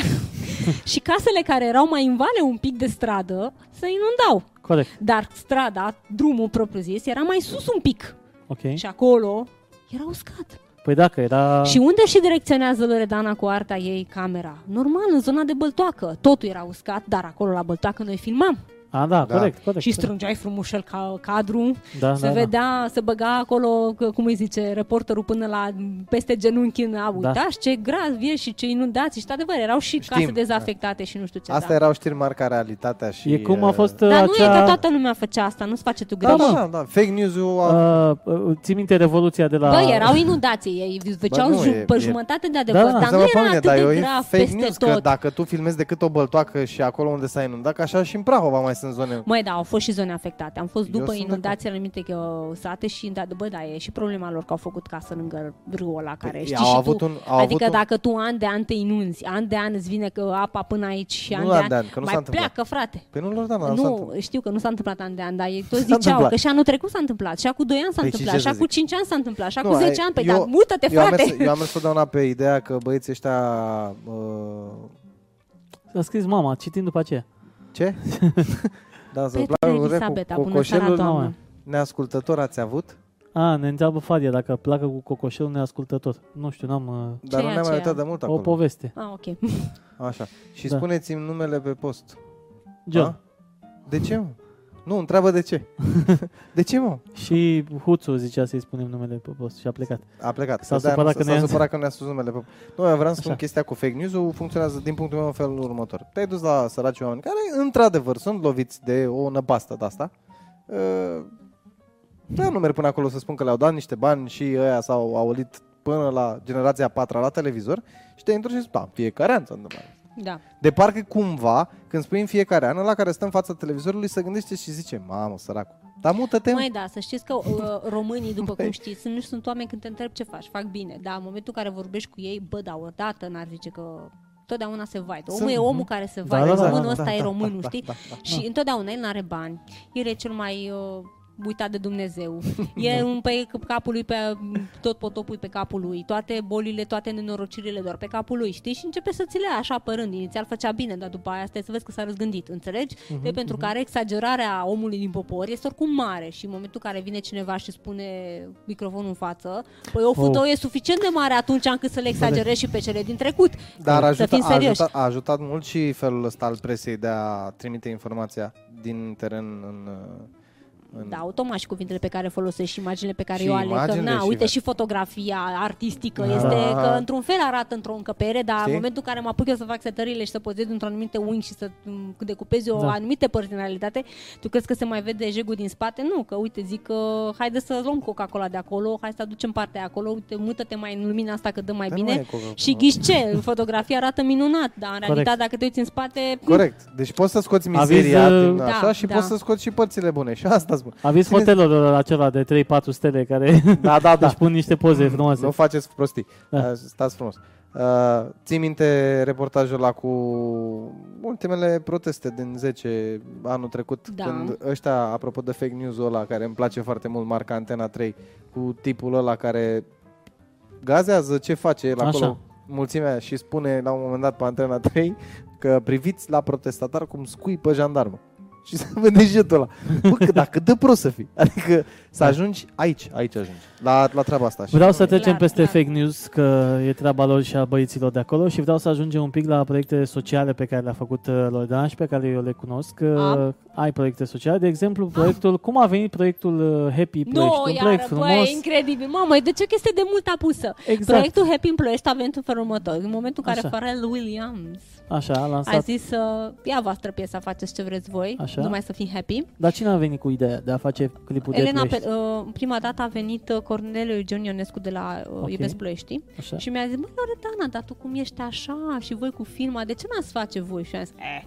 și casele care erau mai în vale un pic de stradă se inundau. Corect, Dar strada, drumul propriu zis, era mai sus un pic. ok. Și acolo era uscat. Păi dacă era... Și unde și direcționează Loredana cu arta ei camera? Normal, în zona de băltoacă. Totul era uscat, dar acolo la băltoacă noi filmam. A, da, Da. corect, corect. și strângeai frumușel ca cadru, Da, se da, da. vedea, se băga acolo, că, cum îi zice, reporterul până la peste genunchi în a Da. uitați ce graz vie și ce inundații și adevăr, erau și Știm, case da. dezafectate și nu știu ce. Asta da. erau știri mari ca realitatea și... E cum a fost uh, Dar nu acea... e că toată lumea făcea asta, nu-ți face tu Da, griji. da, da, da. Fake news-ul a... Uh, uh, ții minte Revoluția de la... Bă, erau inundații, ei făceau nu, ju- e- pe e- jumătate de adevăr, da. dar nu Seama pe era mine, atât dar de e grav fake peste news, că tot. dacă tu filmezi decât o băltoacă și acolo unde s-a inundat, că așa și în Prahova mai sunt zone. Măi, da, au fost și zone afectate. Am fost Eu după sunt inundații în anumite uh, sate și, da, bă, da, e și problema lor că au făcut casă lângă râul ăla care Păi, știi au și avut tu. un- au avut adică un- dacă tu an de an te inunzi, an de an îți vine că apa până aici și Nu an an de de an, an, că nu s-a mai întâmplat. pleacă, frate. Păi nu, Loredana, s-a nu, întâmplat. știu că nu s-a întâmplat an de an, dar ei toți S-a ziceau întâmplat. că și anul trecut s-a întâmplat, și acum 2 ani s-a Păi și întâmplat, ce și să acum zic? 5 ani s-a întâmplat, și acum Nu, 10 ai- ani, păi eu- da, mută-te, eu am frate! mers- Eu am mers totdeauna pe ideea că băieții ăștia... uh, A scris mama, citim după aceea. Ce? da, să Petre placă Elisabeta, cu bună seara, cocoșelul. mă. doamnă! Neascultător ați avut? A, ne întreabă Fadia dacă placă cu cocoșelul neascultător. Nu știu, n-am uh, Dar e nu ne-am mai aceea? uitat de mult o acolo. poveste. Ah, ok. Așa. Și Da. spuneți-mi numele pe post. John. A? De ce, mă? Nu, întreabă de ce. de ce, mă? Și Huțu zicea să-i spunem numele pe post și a plecat. A plecat. S-a Da, supărat nu, că s-a ne-ai supărat că ne-a spus numele. Pe... Nu, eu vreau să spun Așa. chestia cu fake news-ul funcționează din punctul meu în felul următor. Te-ai dus la săraci oameni care, într-adevăr, sunt loviți de o năpastă de asta. Eu nu merg până acolo să spun că le-au dat niște bani și ăia s-au aulit până la generația a patra la televizor și te intru și spui, da, în fiecare an s-a întâmplat. Da. De parcă cumva, când spui în fiecare an, la care stă în fața televizorului, să gândește și zice, mamă, săracul, dar mută-te Mai da, să știți că uh, românii, după cum știți, nu sunt oameni când te întreb ce faci, fac bine. Dar în momentul în care vorbești cu ei, bă, da, odată n-ar zice că totdeauna se vaită. Omul Sunt- e omul care se Da, da, vaită, da, românul da, ăsta da, e da, românul, da, știi? da, da, și întotdeauna el n-are bani, el e cel mai uh, uitat de Dumnezeu. Da. E un pe capul lui, pe, tot potopul e pe capul lui, toate bolile, toate nenorocirile doar pe capul lui, știi? Și începe să ți le ia așa pe rând. Inițial făcea bine, dar după aia stai să vezi că s-a răzgândit, înțelegi? Mhm, Uh-huh, de pentru care exagerarea omului din popor este oricum mare și în momentul în care vine cineva și spune microfonul în față, păi oful Oh. tău e suficient de mare atunci încât să le exagerezi și pe cele din trecut. Dar Să ajută, fim a, serioși. ajutat, a ajutat mult și felul ăsta al presei de a trimite informația din teren în... uh, în Da, automat și cuvintele pe care le folosești și imaginile pe care Și eu aleg. Că, imaginile na, și- uite și fotografia artistică. Da. Este că într-un fel arată într-o încăpere, dar Știi? în momentul în care mă apuc eu să fac setările și să pozez într-o anumite unghi și să m, decupez eu Da. da. anumite părți din realitate, tu crezi că se mai vede jegul din spate? Nu, că uite, zic că haide să luăm Coca-Cola de acolo, hai să aducem partea de acolo, uite, mută-te mai în lumina asta că dă mai Dar nu bine. mai e Coca-Cola. Și ghiși ce? Fotografia arată minunat, dar în realitate dacă te uiți în spate... Corect. Deci poți să scoți mizeria Aviz, uh, din Da, așa și da. poți să scoți și părțile bune. Și asta spun. A vis Țineți- hotelul uh, acela de 3-4 stele care Da, da, da. își pun niște poze frumoase. Nu faceți prostii. Da. Da. Stați frumos. Uh, ții minte reportajul ăla cu ultimele proteste din 10 anul trecut Da. când ăștia, apropo de fake news-ul ăla care îmi place foarte mult, marca Antena 3 cu tipul ăla care gazează ce face el Așa. acolo mulțimea și spune la un moment dat pe Antena 3 că priviți la protestatar cum scui pe jandarmă. Și să vede jetul ăla. Bă, că dacă dă prost să fii. Adică să ajungi aici, aici ajungi. La, la treaba asta. Și Deci Vreau să trecem Clar, peste clar. fake news, că e treaba lor și a băieților de acolo și vreau să ajungem un pic la proiecte sociale pe care le-a făcut uh, Loredana și pe care eu le cunosc. Uh, Am. Ai proiecte sociale, de exemplu, proiectul, cum a venit proiectul uh, Happy Ploiești, Nu, un iară, proiect frumos. băi, incredibil. Mamă, de ce chestie de mult apusă? Exact. Proiectul Happy în Ploiești a venit în felul următor. În momentul în care Așa. Pharrell Williams Așa, a a lansat. zis să ia voastră piesa, faceți ce vreți voi, Așa. numai să fim happy. Dar cine a venit cu ideea de a face clipul Elena, de pe, Ploiești? uh, prima dată a venit uh, Corneliu Eugen Ionescu de la uh, Ok. Iubesc Ploiești Așa. și mi-a zis, măi, Loredana, dar tu cum ești așa și voi cu filma, de ce n-ați face voi? Și am zis, eh.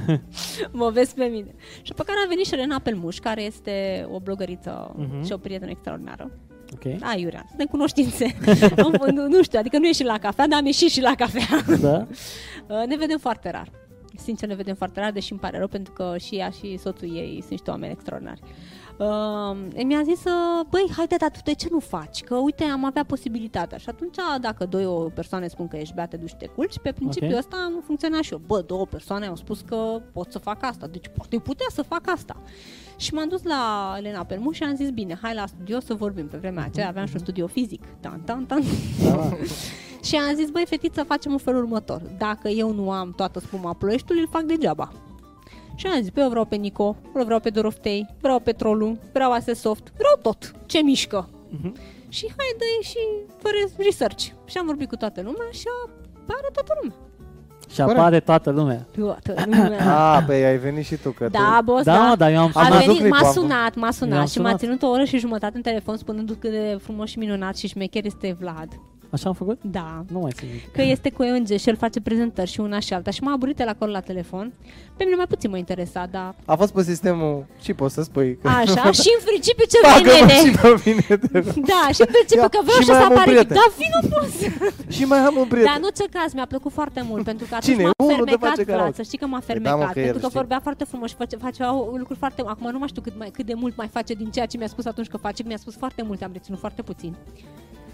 mă vezi pe mine. Și pe care a venit și Elena Pelmuș, care este o blogăriță Mhm. și o prietenă extraordinară. Ok. Da, Iurea, suntem cunoștințe. Am- nu, nu știu, adică nu ieșim la cafea, dar am ieșit și la cafea. Da? Uh, ne vedem foarte rar. Sincer, ne vedem foarte rar, deși îmi pare rău, pentru că și ea și soțul ei sunt niște oameni extraordinari. Uh, mi-a zis, uh, băi, haide, dar tu de ce nu faci? Că uite, am avea posibilitatea. Și atunci, dacă doi o persoane spun că ești bea, te duci și te culci, pe principiul Ok. ăsta am funcționat și eu. Bă, două persoane au spus că pot să fac asta, deci poate putea să fac asta. Și m-am dus la Elena Permu și am zis, bine, hai la studio să vorbim. Pe vremea aceea aveam și un studio fizic. Tan, tan, tan. Și am zis, băi, fetiță, facem în felul următor. Dacă eu nu am toată spuma ploieștiului, îl fac degeaba. Și am zis, pe eu vreau pe Nico, eu vreau pe Doroftei, vreau pe Trollu, vreau Ase Soft, vreau tot ce mișcă. Mhm. Și hai dă și fără research. Și am vorbit cu toată lumea și apare toată lumea. Și apare toată lumea. Toată lumea. A, pe ai venit și tu, că Da, boss, Da, mă, dar eu am a sunat. venit, Clipul m-a am- sunat, m-a I-am sunat și m-a sunat. ținut o oră și jumătate în telefon spunându cât de frumos și minunat și șmecher este Vlad. Așa am făcut? Da. Nu mai țin minte. Că este cu ENG și el face prezentări și una și alta și m-a aburit el acolo la telefon. Pe mine mai puțin mă interesa, dar tu. A fost pe sistemul și poți să spui că... așa și în principiu ce vrei Bagă-mă nene. și pe mine de... Da, și în principiu Ia, că vreau și și să mai am un apare. prieten. Da, vină poți. Și mai am un prieten. Dar în orice caz mi-a plăcut foarte mult pentru că atunci Cine? m-a Unul de fermecat face Vlad, karaoke. să știi că m-a Păi da, mă, fermecat, că el pentru că știe. vorbea foarte frumos și face, facea lucruri foarte acum nu mai știu cât mai cât de mult mai face din ceea ce mi-a spus atunci că face, mi-a spus foarte mult, am reținut foarte puțin.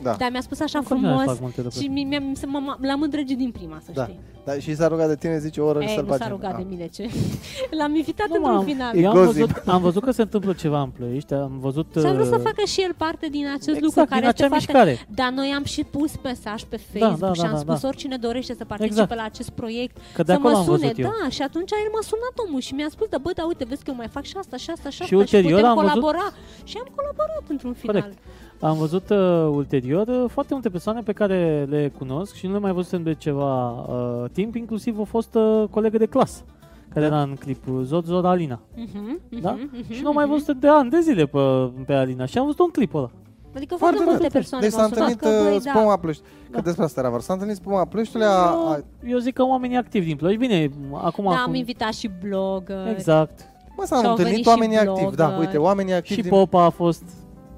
Da. Dar mi-a spus așa Că nu mai frumos fac multe lucruri. și mi- mi-am să mă- m- l-am îndrăgit din prima, să Da. știi. da. Și s-a rugat de tine, zice o oră și Ei, să-l nu s-a facem. rugat de Ah. mine ce. L-am invitat Nu, mă, într-un am- final. Eu am Gossip. văzut, am văzut că se întâmplă ceva în plăiești, am văzut... Și a vrut să uh, facă și el parte din acest Exact, lucru care din este acea foarte... mișcare. Dar noi am și pus mesaj pe Facebook da, și da, am da, spus da. oricine dorește să participe Exact. la acest proiect Că de să acolo mă am sune. văzut eu. Da, și atunci el m-a sunat omul și mi-a spus, da bă, da uite, vezi că eu mai fac și asta, și asta, și asta și, ulterior putem am văzut- colabora. Și am colaborat într-un final. Corect. Am văzut uh, ulterior uh, foarte multe persoane pe care le cunosc și nu le mai văzusem de ceva uh, timp, inclusiv o fostă colegă de clasă care era în clipul Zod Zod Alina, Da. Mhm, mhm, da? mhm, și nu am mai mhm. văzut de ani de zile pe, pe Alina și am văzut un clip ăla. Adică foarte, Foarte multe mult. persoane Deci s-a m-au sunat întâlnit că, băi, uh, da, spuma plăști. Că Da. despre asta era vorba. S-a întâlnit spuma plăștile, a, a, Eu, eu zic că oamenii activi din Ploiești, bine, acum... da, acum am invitat și blogger. Exact. Mă, s-au Și-au venit întâlnit și oamenii activi, da, blogger. uite, oamenii activi Și din... Popa a fost...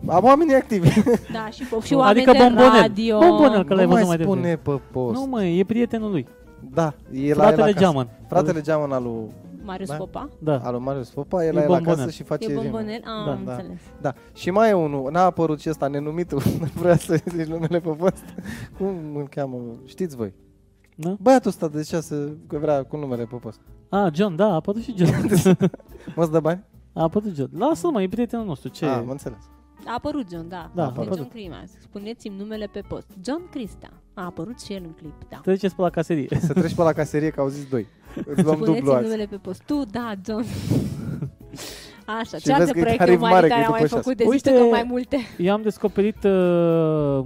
Am oamenii activi. Da, și, și oameni adică de bombonel. radio. Bombonel, că Nu l-ai mai văzut mai spune devreme. pe post. Nu, mă, e prietenul lui. Da, e la el Fratele acasă. Geamăn. Fratele Geamăn al lui, Marius Da. Popa. Da. al lui Marius Popa, el E e la bombonel. acasă și face E rime. bombonel? Am Da, da. înțeles. Da. Și mai e unul, n-a apărut și ăsta nenumitul, nu vrea să zici numele pe post. Cum îl cheamă? Știți voi. Da? Băiatul ăsta de șase, că vrea cu numele pe post. A, John, da, a apărut și John. Mă dă bani? a apărut John. Lasă-l, mă, e prietenul nostru. Ce? A, mă înțeles. A apărut John, da. Da, a a apărut. apărut. John Crimas. Spuneți-mi numele pe post. John Crista. A apărut și el în clip, da. Treceți pe la caserie. Să treci pe la caserie că au zis doi. Îți luăm Spuneți-mi dublu azi. numele pe post. Tu, da, John. Așa, Și ce alte vezi că e proiecte tarif mare, umanitare că e am mai după făcut șase. de zis tu Uite- că mai multe? Eu am descoperit uh,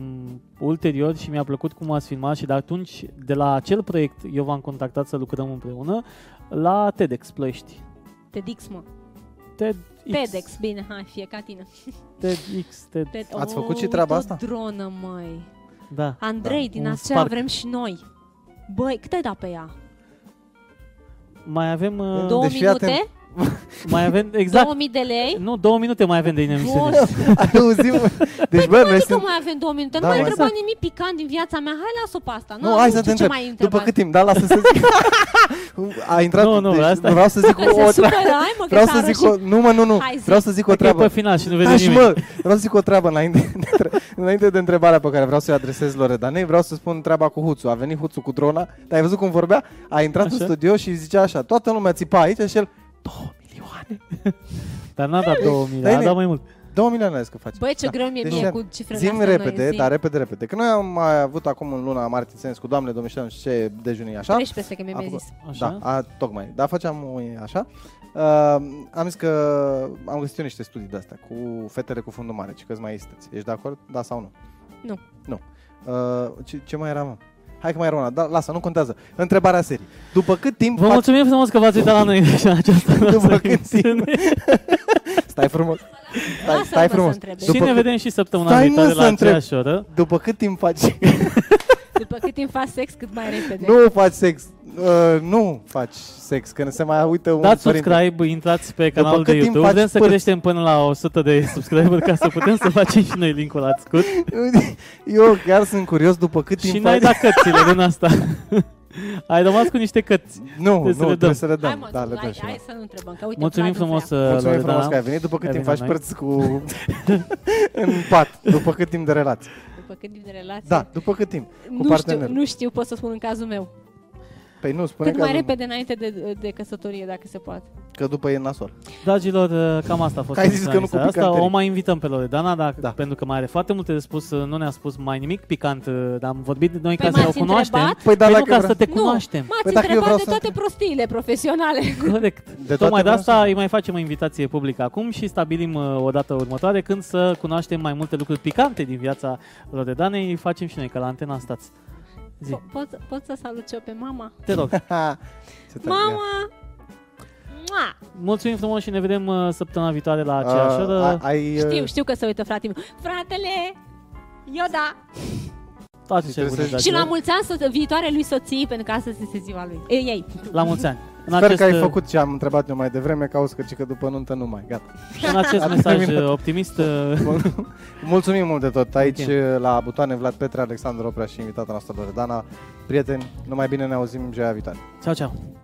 ulterior și mi-a plăcut cum ați filmat și de atunci, de la acel proiect, eu v-am contactat să lucrăm împreună la TEDx Ploiești. TEDx, mă. TEDx. TEDx, bine, hai, fie ca tine. TEDx, TED, TED... Ați O, făcut și treaba uite o asta? dronă, măi. da. Andrei, Da, din un aceea spark. vrem și noi. Băi, cât ai dat pe ea? Mai avem... Uh, Două Deci fii minute? atent. mai avem, exact. 2000 de lei? Nu, două minute mai avem de Boss, emisiune. Auzim? Deci, bă, noi Știi că sunt... Păi, adică mai avem două Da, minute, nu mai mai întreba exact. nimic picant din viața mea, hai las-o pe asta. Nu, hai să te știu ce întreb. mai întreba. După cât timp? Da, lasă să zic. A intrat... Nu, nu, deci, asta- Vreau să zic Că o... se supărai, mă, că Vreau s-a să zic rășit. o... Nu, mă, nu, nu. Hai, zi. Vreau să zic o Că e treabă. pe final și nu vede Da, și nimeni. mă, vreau să zic o treabă înainte, de între- înainte de întrebarea pe care vreau să-i adresez Loredanei, vreau să spun treaba cu Huțu. A venit Huțu cu drona, dar ai văzut cum vorbea? A intrat așa? Așa. în studio și zicea așa, toată lumea țipa aici și el, 2 milioane. Dar n-a dat două mii, Da, a e- dat mai mult. 2 milioane ai că face. Băi, ce greu mi-e Deci, mie ia, cu cifrele Zim astea repede, noi, zi. dar repede, repede. Că noi am mai avut acum în luna martie sens cu doamne, domnișoare, nu știu ce dejunii așa. 13 peste că mi-ai mi-ai Da? Acum- zis. Așa. Da, a, tocmai. Da, făceam o- așa. Uh, am zis că am găsit eu niște studii de astea cu fetele cu fundul mare, ci că mai sunteți. Ești de acord? Da sau nu? Nu. Nu. Uh, ce, ce mai era, mă? Hai că mai era una, da, lasă, nu contează. Întrebarea serii. După cât timp Vă faci... mulțumim frumos că v-ați uitat la noi în această noastră cât timp. emisiune. Stai frumos. Stai, Lasă-l, stai mă, să frumos. întrebe. Și ne cât- vedem și săptămâna Stai, mă, viitoare la să întreb. aceeași oră. După cât timp faci... După cât timp faci sex, cât mai repede. nu faci sex. Uh, nu faci sex, că ne se mai uită un Dați Păi, părinte. subscribe, intrați pe canalul cât de timp YouTube, faci vrem să părți? creștem până la 100 de subscriber ca să putem să facem și noi linkul la scut. Eu chiar sunt curios după cât timp Și faci... n-ai dat cățile din asta. Ai rămas cu niște căți. Nu, Trebuie nu, să le dăm. trebuie să le dăm. Hai, mă, da, hai, le dăm hai, și noi. să nu întrebăm, că uite, Mulțumim Vlad nu frumos, uh, vrea. Mulțumim frumos că Loredana. ai venit După cât Ai timp venit faci la noi. părți cu... în pat După cât timp de relație După cât timp de relație. Da, după cât timp Cu nu știu, partenerul nu știu, pot să spun în cazul meu. Păi nu, spune Cât că, mai repede înainte de, de căsătorie, dacă se poate. că după e nasol. Dragilor, uh, cam asta a fost. Că ai zis emisiunea că asta. nu cu Asta picanterii. o mai invităm pe Loredana, dacă, da. Da. pentru că mai are foarte multe de spus. uh, Nu ne-a spus mai nimic picant, uh, dar am vorbit noi Păi ca să o m-ați cunoaștem. întrebat? Păi da, păi nu dacă ca să vrea- te cunoaștem. Nu, m-ați Păi dacă eu întrebat vreau de să- toate prostiile profesionale. Corect. De toate Tocmai de vreau asta să- îi mai facem o invitație publică acum și stabilim uh, o dată următoare când să cunoaștem mai multe lucruri picante din viața Loredanei. Îi facem și noi, că la antena stați. Zi, Po- pot, pot să salut și eu pe mama? te rog. Ha, ce tare. Mama! Mua! Mulțumim frumos și ne vedem uh, săptămâna viitoare la aceeași A, oră. Uh, a- ai, Știu, știu că se uită fratele meu. Fratele! Yoda! Toate cele bune, Trebuie să- Și la dragilor. mulți ani să, viitoare lui soții, pentru că astăzi este ziua lui. Ei, ei. la mulți ani. În Sper că ai uh, făcut ce am întrebat eu mai devreme, că auzi că, ci că după nuntă nu mai, gata. În acest Am mesaj terminat. uh, optimist, uh, Bun. Mulțumim mult de tot aici uh, Ok. la Butoane, Vlad Petre, Alexandru Oprea și invitata noastră Loredana. Prieteni, numai bine ne auzim joia viitoare. ceau, ceau.